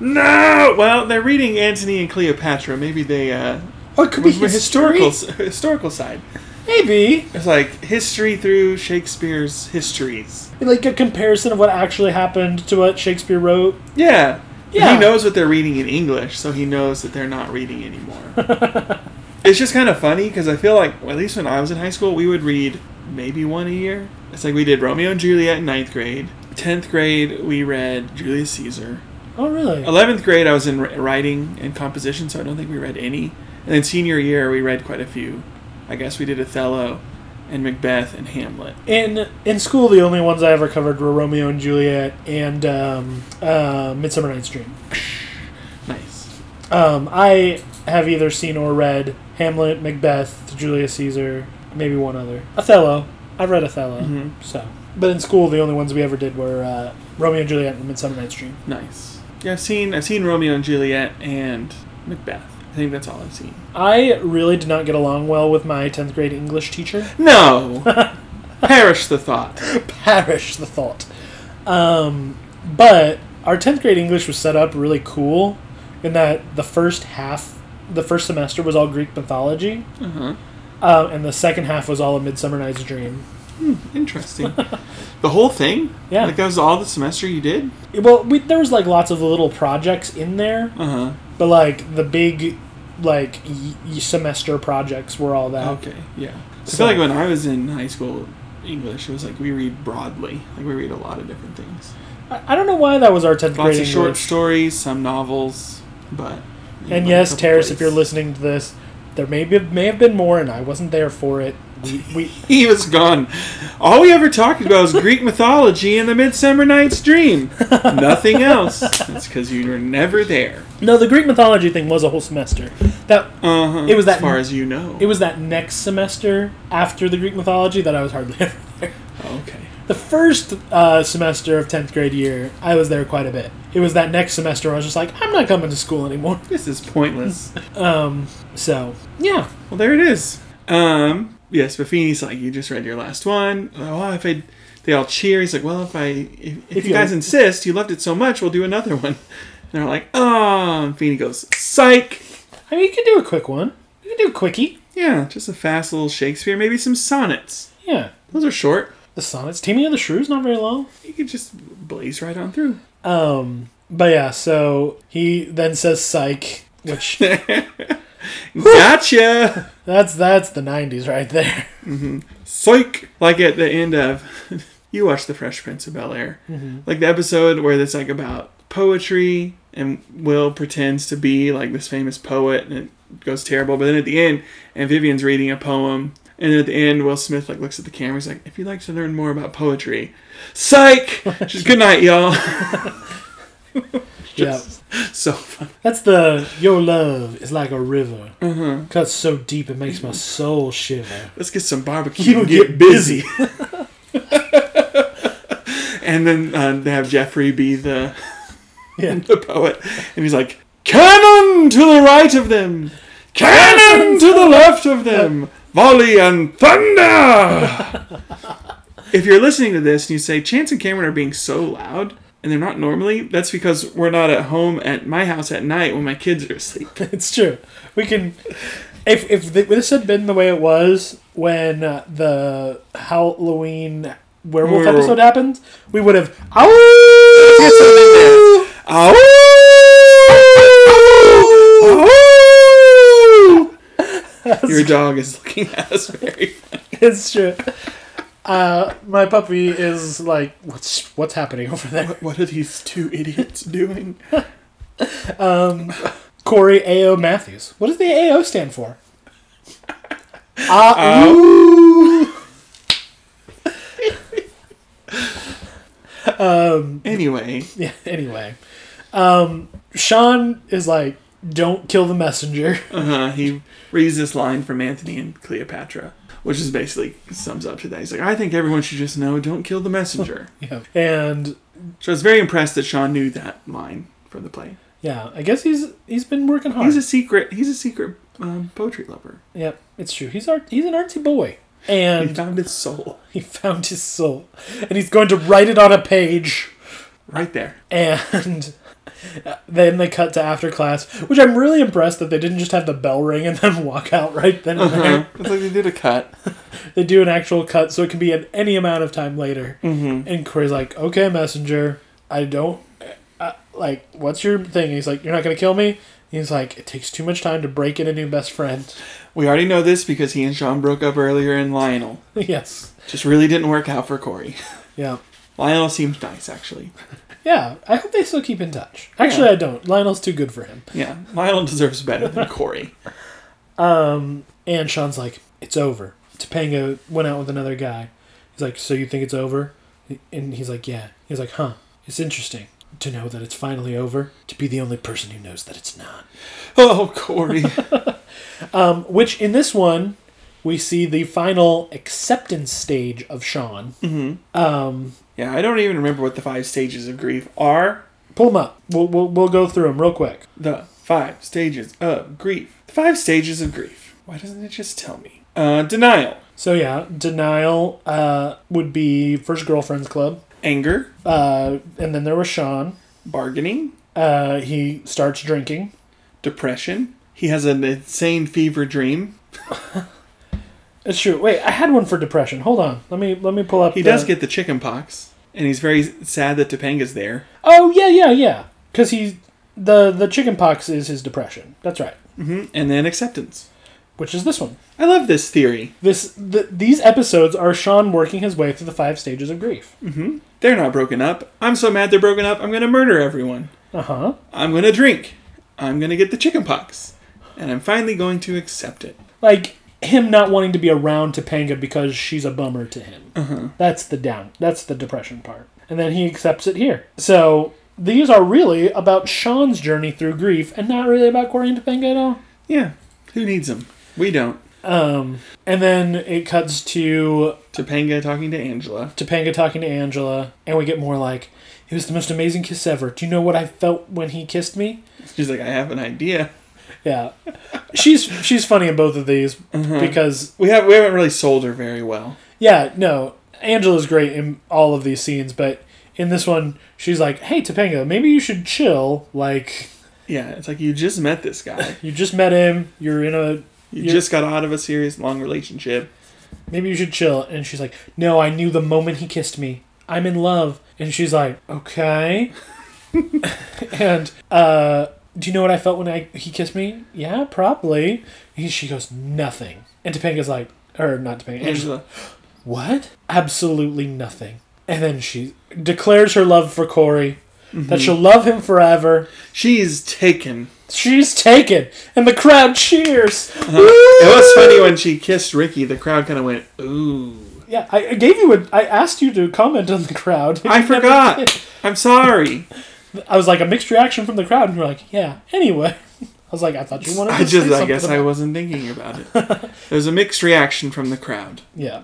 No. Well, they're reading Antony and Cleopatra. Maybe they uh,
Or it could be
with- with
history.
historical historical side.
Maybe
It's like history through Shakespeare's histories.
like a comparison of what actually happened to what Shakespeare wrote.
Yeah. And
Yeah.
He knows what they're reading in English, so he knows that they're not reading anymore.
Oh,
it's just kind of funny because I feel like, well, at least when I was in high school, we would read maybe one a year. It's like we did Romeo and Juliet in ninth grade. Tenth grade, we read Julius Caesar.
oh really?
Eleventh grade, I was in wri- writing and composition, so I don't think we read any. And then senior year, we read quite a few. I guess we did Othello, and Macbeth, and Hamlet.
In in school, the only ones I ever covered were Romeo and Juliet and um, uh, Midsummer Night's Dream.
Nice.
Um, I have either seen or read Hamlet, Macbeth, Julius Caesar, maybe one other. Othello. I've read Othello.
Mhm.
So, but in school, the only ones we ever did were uh, Romeo and Juliet and Midsummer Night's Dream.
Nice. Yeah, I've seen I've seen Romeo and Juliet and Macbeth. I think that's all I've seen.
I really did not get along well with my tenth grade English teacher.
No. Perish the thought.
Perish the thought. Um, but our tenth grade English was set up really cool, in that the first half, the first semester was all Greek mythology,
Uh-huh.
um, and the second half was all a Midsummer Night's Dream.
Interesting. The whole thing?
Yeah.
Like that was all the semester you did?
Well, we, there was like lots of little projects in there,
Uh-huh.
but like the big, like y- y- semester projects were all that.
Okay. Yeah. I
So-
feel like when I was in high school English, it was like we read broadly. Like we read a lot of different things.
I, I don't know why that was our tenth grade
Lots of
English.
short stories, some novels, but
And yes, Terrace, if you're listening to this, there may be may have been more, and I wasn't there for it. We, we
He was gone. All we ever talked about was Greek mythology and the Midsummer Night's Dream. Nothing else. That's because you were never there.
no, the Greek mythology thing was a whole semester. That
Uh-huh,
It was that-
as far as you know.
it was that next semester after the Greek mythology that I was hardly ever there.
okay.
The first uh, semester of tenth grade year, I was there quite a bit. It was that next semester where I was just like, I'm not coming to school anymore.
This is pointless.
Um, so yeah,
Well, there it is. Um, yes, Buffini's like, you just read your last one. Oh, if I, they all cheer. He's like, well, if I, if, if,
If
you guys
you-
insist, you loved it so much, we'll do another one. And they're like, oh, and Buffini goes, psych.
I mean, you can do a quick one. You can do a quickie.
Yeah, just a fast little Shakespeare, maybe some sonnets.
Yeah,
Those are short.
the sonnets. Taming of the Shrews, not very long.
You could just blaze right on through.
Um, but yeah, so he then says "psych," which
gotcha.
that's that's the '90s right there.
Psych. Like at the end of, you watch The Fresh Prince of Bel Air,
Mm-hmm.
like the episode where it's like about poetry and Will pretends to be like this famous poet and it goes terrible. But then at the end, and Vivian's reading a poem. And then at the end, Will Smith like looks at the camera. He's like, "If you'd like to learn more about poetry, psych." She's good night, y'all. Just- so fun.
Yeah, that's the "Your love is like a river, cuts so deep it makes my soul shiver."
Uh-huh. Let's get some barbecue.
You
and
get
get busy. and then uh, they have Jeffrey be the,
Yeah.
the poet, and he's like, "Cannon to the right of them, cannon to the left of them, volley and thunder." if you're listening to this and you say Chance and Cameron are being so loud. And they're not normally. That's because we're not at home at my house at night when my kids are asleep.
It's true. We can, if if th- this had been the way it was when uh, the Halloween werewolf
Werewolf.
episode happened, we would have. Ow!
Your dog is looking at us very.
It's true. Uh, my puppy is like, what's what's happening over there?
What are these two idiots doing?
Um, Corey A.O. Matthews. What does the A.O. stand for? Ah, um,
Anyway,
yeah, anyway. Um, Sean is like, don't kill the messenger.
uh, he reads this line from Anthony and Cleopatra, which is basically sums up to that. He's like, I think everyone should just know, don't kill the messenger.
Yeah. And
So I was very impressed that Sean knew that line from the play.
Yeah, I guess he's he's been working hard.
He's a secret. He's a secret um, poetry lover.
Yep, it's true. He's art. He's an artsy boy,
He
and
found his soul
he found his soul, and he's going to write it on a page.
right there.
And then they cut to after class, which I'm really impressed that they didn't just have the bell ring and then walk out right then and there.
It's like they did a cut.
They do an actual cut, so it can be at any amount of time later. Mm-hmm. And Corey's like, "Okay, messenger, I don't uh, like what's your thing." he's like, "You're not gonna kill me." He's like, "It takes too much time to break in a new best friend."
We already know this because he and Sean broke up earlier, and Lionel
yes.
just really didn't work out for Corey.
Yeah.
Lionel seems nice, actually.
Yeah, I hope they still keep in touch. Actually, I don't. Lionel's too good for him.
Yeah, Lionel deserves better than Corey.
Um, and Sean's like, it's over. Topanga went out with another guy. He's like, so you think it's over? And he's like, yeah. He's like, huh. It's interesting to know that it's finally over. To be the only person who knows that it's not.
Oh, Corey.
Um, which in this one, we see the final acceptance stage of Sean.
Mm-hmm.
Um,
Yeah, I don't even remember what the five stages of grief are.
pull him up. We'll, we'll we'll go through him real quick.
The five stages of grief. The five stages of grief. Why doesn't it just tell me? Uh, denial,
So yeah, denial uh, would be first girlfriends club.
anger,
Uh, and then there was Sean.
bargaining,
Uh, he starts drinking.
depression. He has an insane fever dream.
It's true. Uh, Wait, I had one for depression. Hold on. Let me let me pull up.
He
the-
does get the chicken pox, and he's very sad that Topanga's there.
Oh yeah, yeah, yeah. Because he the the chicken pox is his depression. That's right.
hmm And then acceptance.
Which is this one.
I love this theory.
This the, these episodes are Sean working his way through the five stages of grief.
They're not broken up. I'm so mad they're broken up. I'm gonna murder everyone.
Uh huh.
I'm gonna drink. I'm gonna get the chicken pox, and I'm finally going to accept it.
Like him not wanting to be around Topanga because she's a bummer to him. That's the down. That's the depression part. And then he accepts it here. So these are really about Sean's journey through grief and not really about Corey and Topanga at all.
Yeah. Who needs them? We don't.
Um, and then it cuts to
Topanga talking to Angela.
Topanga talking to Angela, and we get more like, "It was the most amazing kiss ever. Do you know what I felt when he kissed me?"
She's like, I have an idea.
Yeah, she's she's funny in both of these because
We have we haven't really sold her very well.
yeah, no, Angela's great in all of these scenes, but in this one, she's like, "Hey, Topanga, maybe you should chill. Like,
Yeah, it's like you just met this guy.
you just met him. You're in a
You
You're-
just got out of a serious long relationship.
maybe you should chill." And she's like, "No, I knew the moment he kissed me. I'm in love." And she's like, "Okay." and uh, do you know what I felt when I he kissed me? Yeah, probably. He, she goes nothing, and Topanga's like, or not Topanga. Angela,
Angela,
what? Absolutely nothing. And then she declares her love for Corey, that she'll love him forever.
she's taken.
She's taken, and the crowd cheers.
Uh-huh. It was
Woo!
funny when she kissed Ricky. The crowd kind of went ooh.
Yeah, I, I gave you a. I asked you to comment on the crowd.
I forgot. I'm sorry.
I was like a mixed reaction from the crowd, and you were like, "Yeah." Anyway, I was like, "I thought you wanted." To
I just,
say
I guess,
something
I
about-
wasn't thinking about it. There's a mixed reaction from the crowd.
Yeah,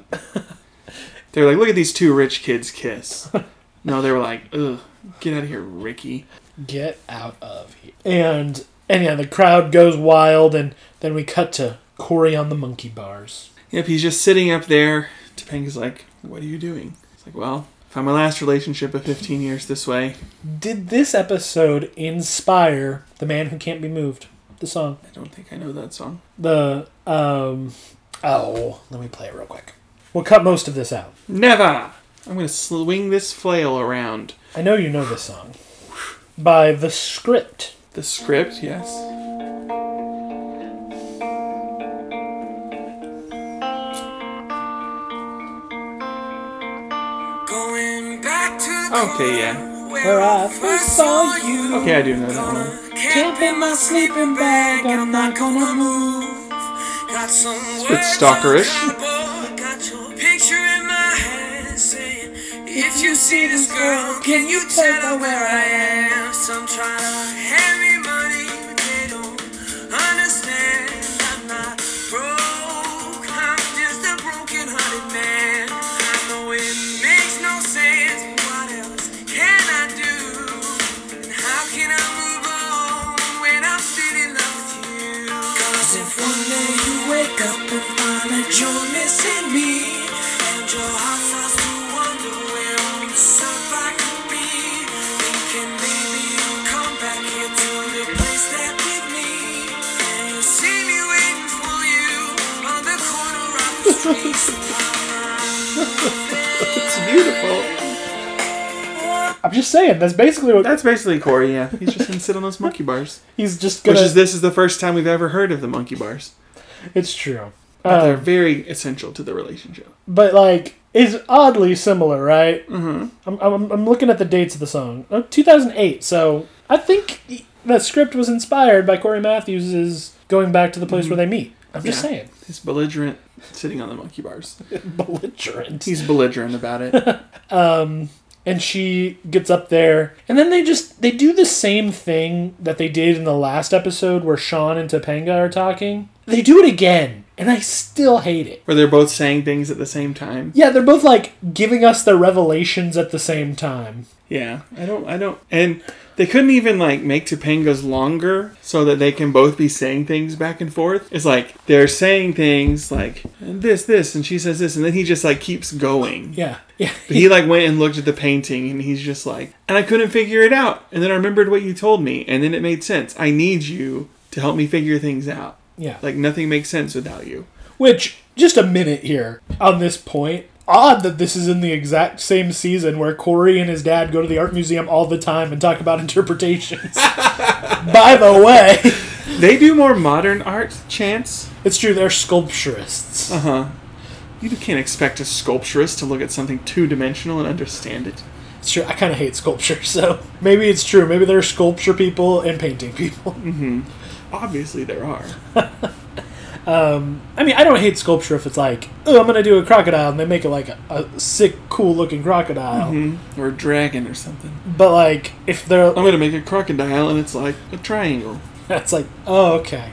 They were like, "Look at these two rich kids kiss." No, they were like, "Ugh, get out of here, Ricky."
get out of here. And and yeah, the crowd goes wild, and then we cut to Corey on the monkey bars.
Yep, he's just sitting up there. Topanga's like, "What are you doing?" It's like, "Well, I found my last relationship of 15 years this way."
Did this episode inspire the man who can't be moved? The song,
I don't think I know that song.
the um, oh, let me play it real quick. We'll cut most of this out.
Never. I'm gonna swing this flail around.
I know you know this song by the script.
The script, yes.
Going back to the
Okay, yeah.
Where I first saw you.
Okay, I do know that one.
Camp in my sleeping bag, I'm not gonna move. Got some
bit
words
stalkerish.
on the cardboard, Got your picture in my head saying, If you see this girl, can you tell her where I am? Some try to hand me money, but they don't understand. I'm not broke, I'm just a broken hearted man. I know it makes no sense, but what else can I do? And how can I move on? what's in me. And your heart starts to wonder where on this earth I could be. Thinking maybe you'll come back here to the place that with me. And you see me waiting for you on the corner of the street. So
It's beautiful.
I'm just saying, that's basically what
That's basically Corey. Yeah, he's just gonna sit on those monkey bars.
he's just
Which
gonna.
is this is the first time we've ever heard of the monkey bars.
It's true.
But they're
Um,
very essential to the relationship.
but like, is oddly similar, right? Mm-hmm. I'm, I'm, I'm looking at the dates of the song. Uh, 2008. So I think the script was inspired by Corey Matthews' going back to the place where they meet. I'm just
Yeah.
saying,
He's belligerent, sitting on the monkey bars.
belligerent.
He's belligerent about it.
um, and she gets up there and then they just they do the same thing that they did in the last episode where sean and topanga are talking they do it again and i still hate it
Where they're both saying things at the same time.
yeah they're both like giving us their revelations at the same time
Yeah, I don't, I don't, and they couldn't even like make Topanga's longer so that they can both be saying things back and forth. It's like they're saying things like and this, this, and she says this, and then he just like keeps going.
yeah yeah
But he like went and looked at the painting, and he's just like, and I couldn't figure it out, and then I remembered what you told me, and then it made sense. I need you to help me figure things out.
yeah
Like nothing makes sense without you.
which just a minute here on this point odd that this is in the exact same season where corey and his dad go to the art museum all the time and talk about interpretations by the way
They do more modern art, Chance.
it's true they're sculpturists
You can't expect a sculpturist to look at something two dimensional and understand it.
It's true. I kind of hate sculpture, so maybe it's true. Maybe they're sculpture people and painting people.
Obviously, there are.
I mean, I don't hate sculpture if it's like, oh, I'm gonna do a crocodile, and they make it like a, a sick, cool looking crocodile.
Or a dragon or something.
But like, if they're,
I'm gonna make a crocodile and it's like a triangle.
that's like, oh, okay.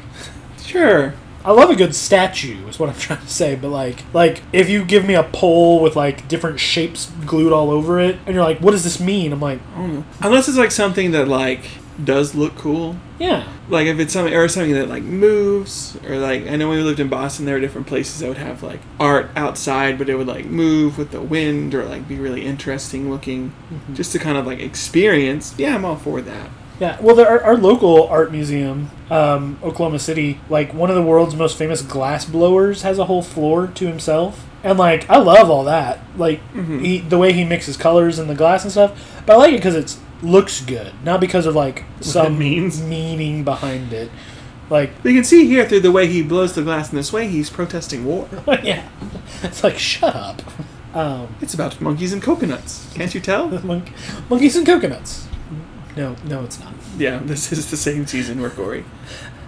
Sure.
I love a good statue, is what I'm trying to say. But like, like if you give me a pole with like different shapes glued all over it, and you're like, what does this mean? I'm like,
I don't know. Unless it's like something that like does look cool.
yeah,
Like if it's something or something that like moves or like I know when we lived in Boston there were different places that would have like art outside but it would like move with the wind or like be really interesting looking just to kind of like experience. Yeah, I'm all for that.
Yeah, well, there, our, our local art museum, um, Oklahoma City, like one of the world's most famous glass blowers, has a whole floor to himself, and like I love all that, like he, the way he mixes colors in the glass and stuff. But I like it because it looks good, not because of like some
means.
meaning behind it. Like,
But you can see here through the way he blows the glass in this way he's protesting war.
yeah, it's like shut up, Um,
It's about monkeys and coconuts. Can't you tell?
Monk, monkeys and coconuts. No, no, it's not.
Yeah, this is the same season where Corey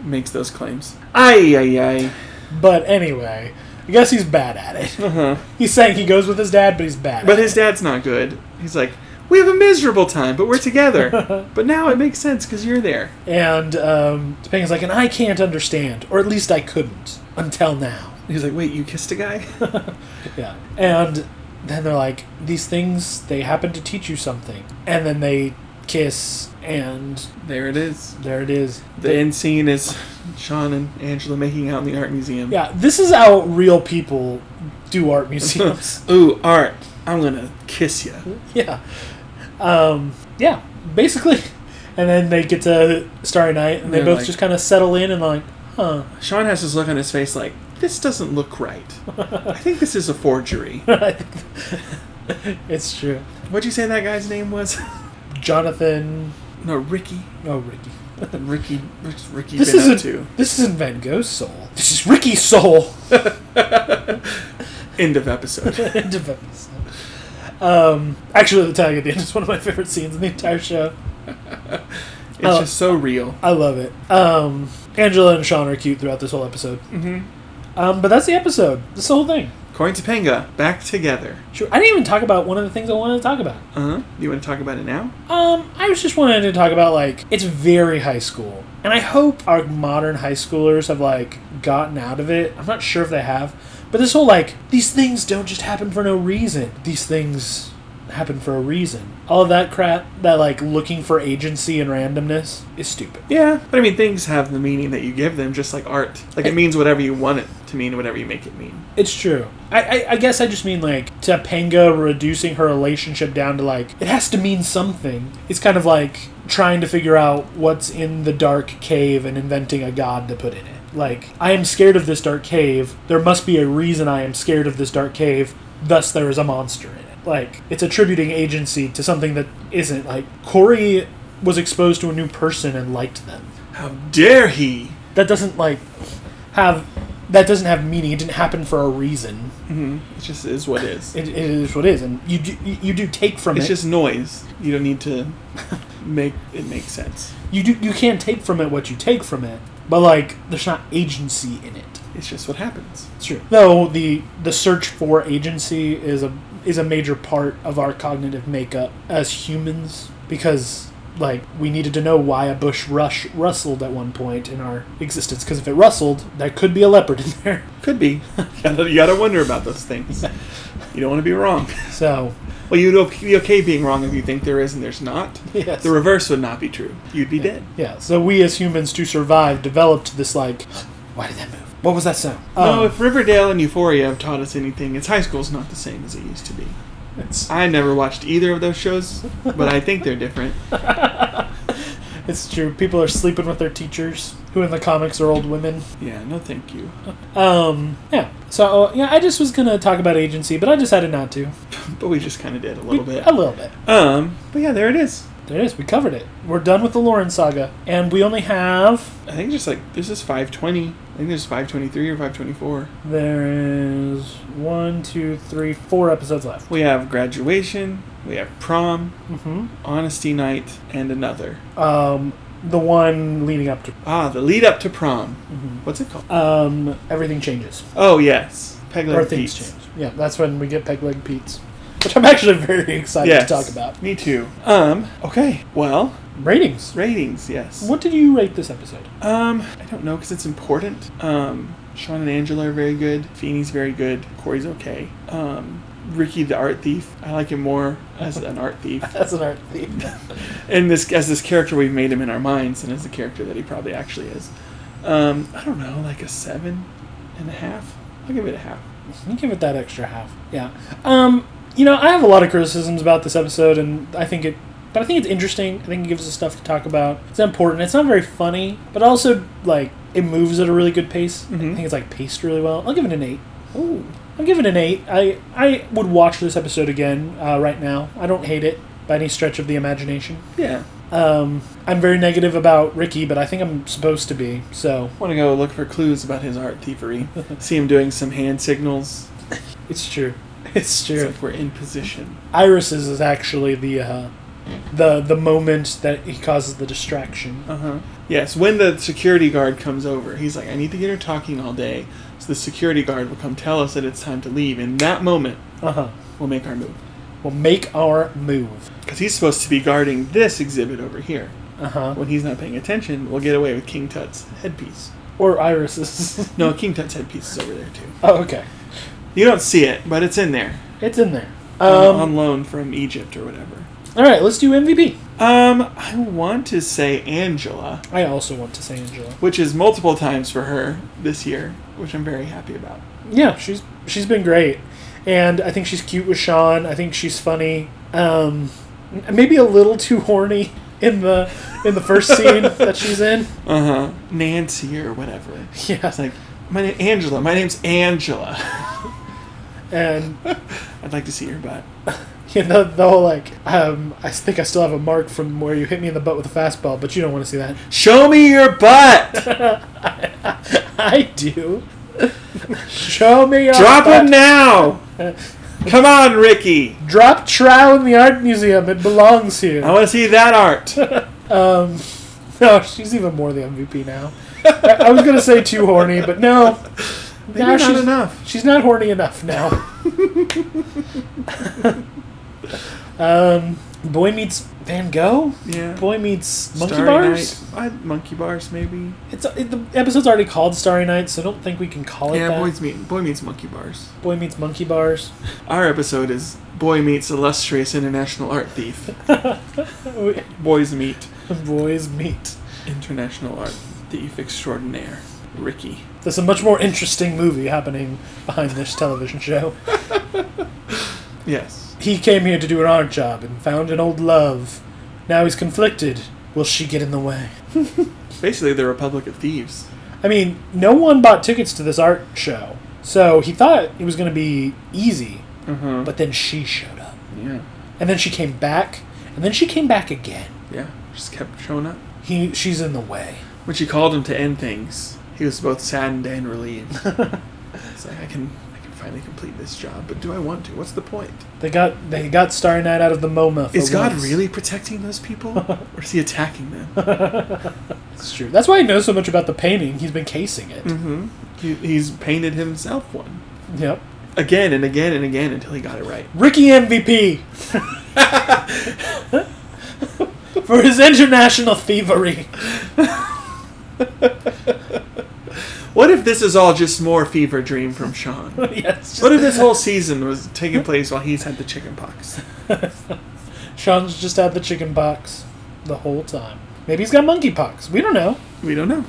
makes those claims. Aye, aye,
But anyway, I guess he's bad at it.
aye. Uh-huh.
He's saying he goes with his dad, but he's bad.
But
at
his dad's not good. He's like, we have a miserable time, but we're together. but now it makes sense because you're there.
And um, Topanga's like, and I can't understand, or at least I couldn't until now.
He's like, wait, you kissed a guy?
Yeah. And then they're like, these things, they happen to teach you something. And then they kiss, and
there it is.
there it is.
The end scene is Sean and Angela making out in the art museum.
Yeah, this is how real people do art museums.
Ooh, art. I'm gonna kiss you.
yeah. Um, yeah, basically. And then they get to Starry Night, and they
They're
both
like-
just kind of settle in and like, huh.
Sean has this look on his face like, this doesn't look right. I think this is a forgery.
it's true.
What'd you say that guy's name was?
Jonathan.
no, Ricky.
Oh, Ricky.
Ricky, what's Ricky
This
been up
isn't
to?
this isn't Van Gogh's soul. This is Ricky's soul.
End of episode.
End of episode. Um, actually, the tag at the end is one of my favorite scenes in the entire show.
It's
Oh.
just so real.
I love it. Um, Angela and Sean are cute throughout this whole episode.
Mhm.
Um, but that's the episode. That's the whole thing.
Corey Topanga, back together.
Sure. I didn't even talk about one of the things I wanted to talk about.
Uh huh. You want to talk about it now?
Um, I was just wanted to talk about like it's very high school, and I hope our modern high schoolers have like gotten out of it. I'm not sure if they have, but this whole like these things don't just happen for no reason. These things happen for a reason. All of that crap, that like looking for agency and randomness, is stupid.
Yeah, but I mean, things have the meaning that you give them, just like art. Like it means whatever you want it to mean whatever you make it mean.
It's true. I, I, I guess I just mean like Topanga reducing her relationship down to like it has to mean something. It's kind of like trying to figure out what's in the dark cave and inventing a god to put in it. Like I am scared of this dark cave. There must be a reason I am scared of this dark cave. Thus, there is a monster in it. Like it's attributing agency to something that isn't. Like Corey was exposed to a new person and liked them.
How dare he?
That doesn't like have that doesn't have meaning. It didn't happen for a reason.
It just is what is.
It, it is what it is, and you do, you do take from
It's
it.
just noise. You don't need to make it make sense.
you do you can take from it what you take from it, but like there's not agency in it.
It's just what happens.
It's true. Though the the search for agency is a is a major part of our cognitive makeup as humans because like we needed to know why a bush rush rustled at one point in our existence because if it rustled, there could be a leopard in there.
Could be. You gotta, you gotta wonder about those things. You don't want to be wrong.
So
Well, you'd o- be okay being wrong if you think there is and there's not.
yes.
The reverse would not be true. You'd be dead.
Yeah, so we as humans to survive developed this like, why did that move? What was that sound?
no,
Um,
if Riverdale and Euphoria have taught us anything, it's high school's not the same as it used to be.
it's,
I never watched either of those shows, but I think they're different.
it's true. People are sleeping with their teachers, who in the comics are old women.
Yeah, no, thank you.
Um, yeah. So uh, yeah, I just was gonna talk about agency, but I decided not to.
But we just kind of did a little
We-
bit.
A little bit.
Um, but yeah, there it is.
There it is. We covered it. We're done with the Lauren saga, and we only have
I think just like this is 520. I think there's 523 or 524.
there is one, two, three, four episodes left.
We have graduation, we have prom,
Mm-hmm.
honesty night, and another.
Um, the one leading up to
Ah, the lead up to prom. What's it called?
um, everything changes.
Oh yes, Peg Leg
or things
Pete's.
change. Yeah, that's when we get peg leg Pete's, which I'm actually very excited
Yes.
to talk about.
Me too. Um. Okay. Well,
Ratings.
ratings. Yes.
What did you rate this episode?
Um. I don't know because it's important. Um. Sean and Angela are very good. Feeney's very good. Corey's okay. Um. Ricky the art thief. I like him more as an art thief.
That's an art theme.
and this as this character we've made him in our minds and as the character that he probably actually is um, i don't know like a seven and a half i'll give it a half
You give it that extra half. Yeah. Um, you know, I have a lot of criticisms about this episode, and I think it, but I think it's interesting. I think it gives us stuff to talk about. It's important. It's not very funny, but also like it moves at a really good pace. I
Mhm.
think it's like paced really well. I'll give it an eight.
oh
I'll give it an eight. I I would watch this episode again uh, right now. I don't hate it by any stretch of the imagination.
yeah
Um, I'm very negative about Ricky, but I think I'm supposed to be. So
want to go look for clues about his art thievery see him doing some hand signals
it's true. It's
it's
true.
like we're in position
Iris's is actually the uh, the the moment that he causes the distraction.
uh-huh yes when the security guard comes over he's like i need to get her talking all day so the security guard will come tell us that it's time to leave in that moment
Uh huh.
we'll make our move
We'll make our move.
because he's supposed to be guarding this exhibit over here
Uh huh.
when he's not paying attention we'll get away with king tut's headpiece
Or Iris's.
No, King Tut's headpiece is over there too.
oh, okay.
You don't see it, but it's in there
It's in there.
on-
Um,
on loan from Egypt or whatever.
all right, let's do MVP.
Um, I want to say Angela,
I also want to say Angela.
which is multiple times for her this year, which I'm very happy about.
yeah, she's she's been great, and I think she's cute with Sean. I think she's funny. Um, m- maybe a little too horny in the in the first scene that she's in.
Uh huh. Nancy or whatever.
Yeah,
It's like my name Angela. My name's Angela.
and
I'd like to see your butt.
you know the whole like um, I think I still have a mark from where you hit me in the butt with a fastball, but you don't want to see that.
Show me your butt.
I do. Show me your
Drop
butt.
him now. Come on, Ricky.
Drop Trow in the art museum. It belongs here.
I want to see that art.
Um, no, she's even more the MVP now. I, I was gonna say too horny, but no.
Maybe
Now
not
she's-
enough.
She's not horny enough now. um, boy meets Van Gogh.
Yeah.
Boy meets monkey
Starry
bars.
Night. I'd- monkey bars, maybe.
It's uh, it, the episode's already called Starry Night, so I don't think we can call it
yeah,
that.
boys meet boy meets monkey bars.
Boy meets monkey bars.
Our episode is boy meets illustrious international art thief. Boys meet
Boys meet.
international art thief extraordinaire. Ricky.
There's a much more interesting movie happening behind this television show.
Yes.
He came here to do an art job and found an old love. Now he's conflicted. Will she get in the way?
Basically, the Republic of Thieves.
I mean, no one bought tickets to this art show, so he thought it was going to be easy,
Uh-huh.
but then she showed up.
Yeah.
And then she came back, and then she came back again.
Yeah. Just kept showing up.
He, she's in the way.
When she called him to end things, he was both saddened and relieved. it's like I can, I can finally complete this job, but do I want to? What's the point?
They got they got Starry Night out of the MoMA. For
Is God
once.
really protecting those people, or is he attacking them?
It's true. That's why he knows so much about the painting. He's been casing it.
mm-hmm. he, he's painted himself one
Yep.
again and again and again until he got it right.
Ricky MVP for his international thievery.
What if this is all just more fever dream from Sean?
yes.
What if this whole season was taking place while he's had the chicken pox?
Sean's just had the chicken pox the whole time. Maybe he's got monkey pox. We don't know.
We don't know.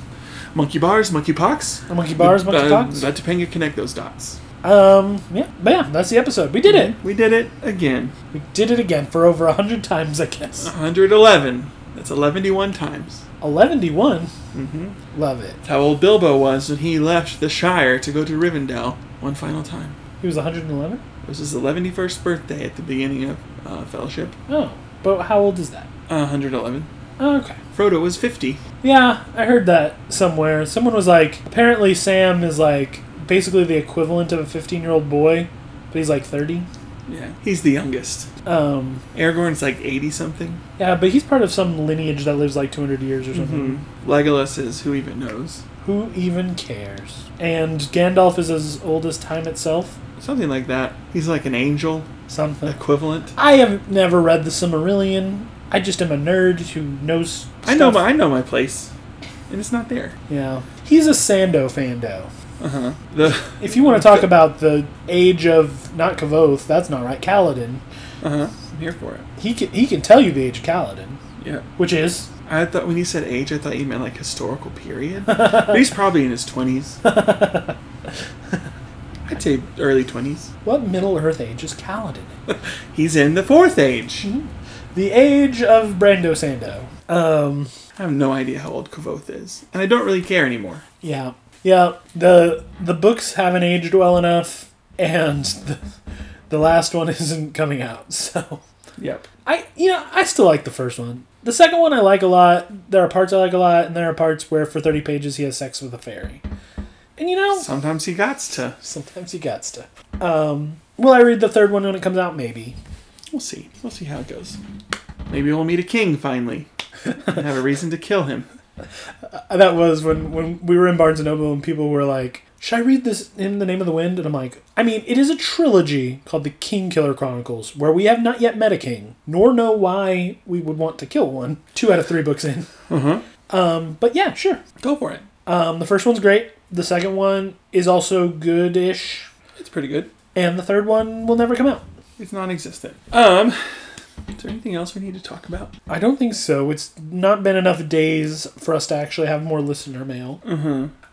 Monkey bars, monkey pox.
The monkey bars, monkey
Uh,
pox.
Let Topanga connect those dots.
Um. Yeah. But yeah. That's the episode. We did it.
We did it again.
We did it again for over a hundred times, I guess.
111. That's 111 times.
Eleven d one.
Mm-hmm.
Love it.
That's how old Bilbo was when he left the Shire to go to Rivendell one final time.
He was 111.
It was his 111st birthday at the beginning of uh, Fellowship.
Oh, but how old is that?
Uh, 111.
Okay.
Frodo was 50.
Yeah, I heard that somewhere. Someone was like, apparently Sam is like basically the equivalent of a 15 year old boy, but he's like 30.
Yeah, he's the youngest.
Um,
Aragorn's like 80 something.
yeah, but he's part of some lineage that lives like 200 years or something.
Mm-hmm. Legolas is who even knows.
Who even cares? And Gandalf is as old as time itself.
Something like that. He's like an angel
Something.
equivalent.
I have never read the Silmarillion. I just am a nerd who knows. Stuff.
I know my I know my place, and it's not there.
Yeah, he's a Sando fando.
Uh huh. The
If you
Mm,
want to talk about the age of not Kavoth, that's not right. Kaladin.
uh huh. I'm here for it.
He can he can tell you the age of Kaladin,
Yeah.
which is
I thought when you said age, I thought you meant like historical period. but he's probably in his twenties. I'd say early twenties.
what Middle Earth age is Kaladin?
He's in the fourth age.
the age of Brando Sando. Um,
I have no idea how old Kavoth is, and I don't really care anymore.
yeah, yeah. the The books haven't aged well enough, and the, the last one isn't coming out. So
Yep.
I, you know, I still like the first one. The second one I like a lot. There are parts I like a lot, and there are parts where for thirty pages he has sex with a fairy, and you know,
Sometimes he gots to.
sometimes he gets to. Um, will I read the third one when it comes out? Maybe.
We'll see. We'll see how it goes. Maybe we'll meet a king finally. and have a reason to kill him.
that was when when we were in Barnes and Noble and people were like, "Should I read this in the Name of the Wind?" And I'm like, "I mean, it is a trilogy called the King Killer Chronicles, where we have not yet met a king, nor know why we would want to kill one." Two out of three books in. Um, but yeah, sure.
Go for it.
Um, the first one's great. The second one is also good-ish,
It's pretty good.
and the third one will never come out.
It's non-existent. Um, is there anything else we need to talk about?
I don't think so. It's not been enough days for us to actually have more listener mail.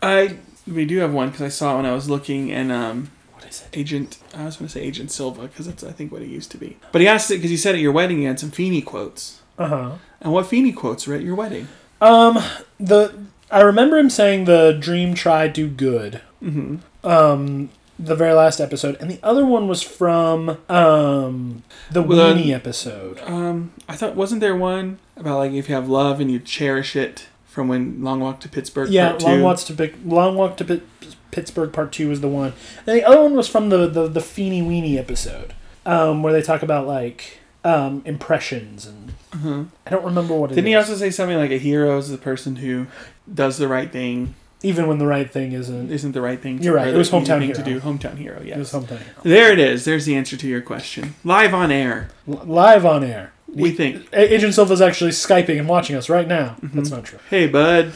I we do have one because I saw it when I was looking and um.
What is it?
Agent, I was going to say Agent Silva because that's I think what he used to be. But he asked it because you said at your wedding you had some Feeney quotes.
Uh huh.
And what Feeney quotes were at your wedding?
Um, the I remember him saying the dream try do good.
Mm-hmm.
Um, the very last episode, and the other one was from um the
Well,
weenie episode.
Um, I thought wasn't there one about like if you have love and you cherish it from when Long Walk to Pittsburgh?
Yeah,
Part
long
Two?
walks to Pic- long walk to Pit- Pittsburgh part two was the one, and the other one was from the the the Feeny Weenie episode, um, where they talk about like um impressions and
Uh-huh.
I don't remember what it
Didn't he
is,
also say something like a hero is the person who does the right thing,
even when the right thing isn't.
isn't the right thing?
You're right,
or
it
the
was
easy
hometown
thing to do.
hero.
Hometown hero. Yes.
It was something
There it is. There's the answer to your question. Live on air.
L- live on air.
We Mm-hmm. think.
A- Agent Silva's actually skyping and watching us right now. That's not true.
Hey, bud.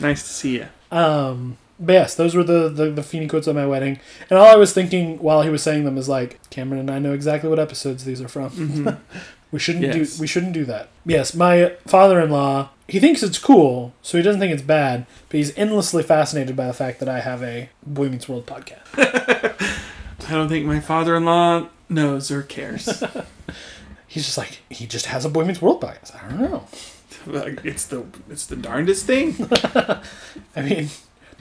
nice to see you.
Um, but yes, those were the, the the Feeny quotes at my wedding, and all I was thinking while he was saying them is like, Cameron and I know exactly what
Mm-hmm.
episodes these are from. we shouldn't
Mm. Yes.
do we shouldn't do that. Yes, my father-in-law he thinks it's cool, so he doesn't think it's bad, but he's endlessly fascinated by the fact that I have a Boy Meets World podcast.
I don't think my father-in-law knows or cares.
He's just like, he just has a Boy Meets World podcast. I don't know.
Like, it's the it's the darndest thing.
I mean,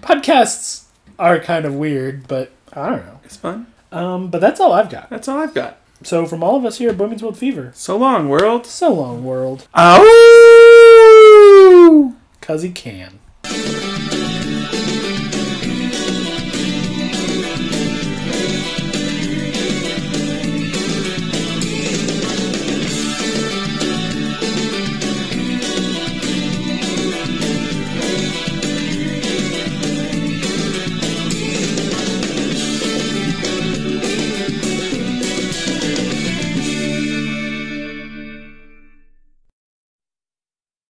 podcasts are kind of weird, but I don't know.
It's fun.
Um, but that's all I've got.
That's all I've got.
So from all of us here at Boy Meets World Fever,
So long, world.
so long, world,
Ow!
cause he can.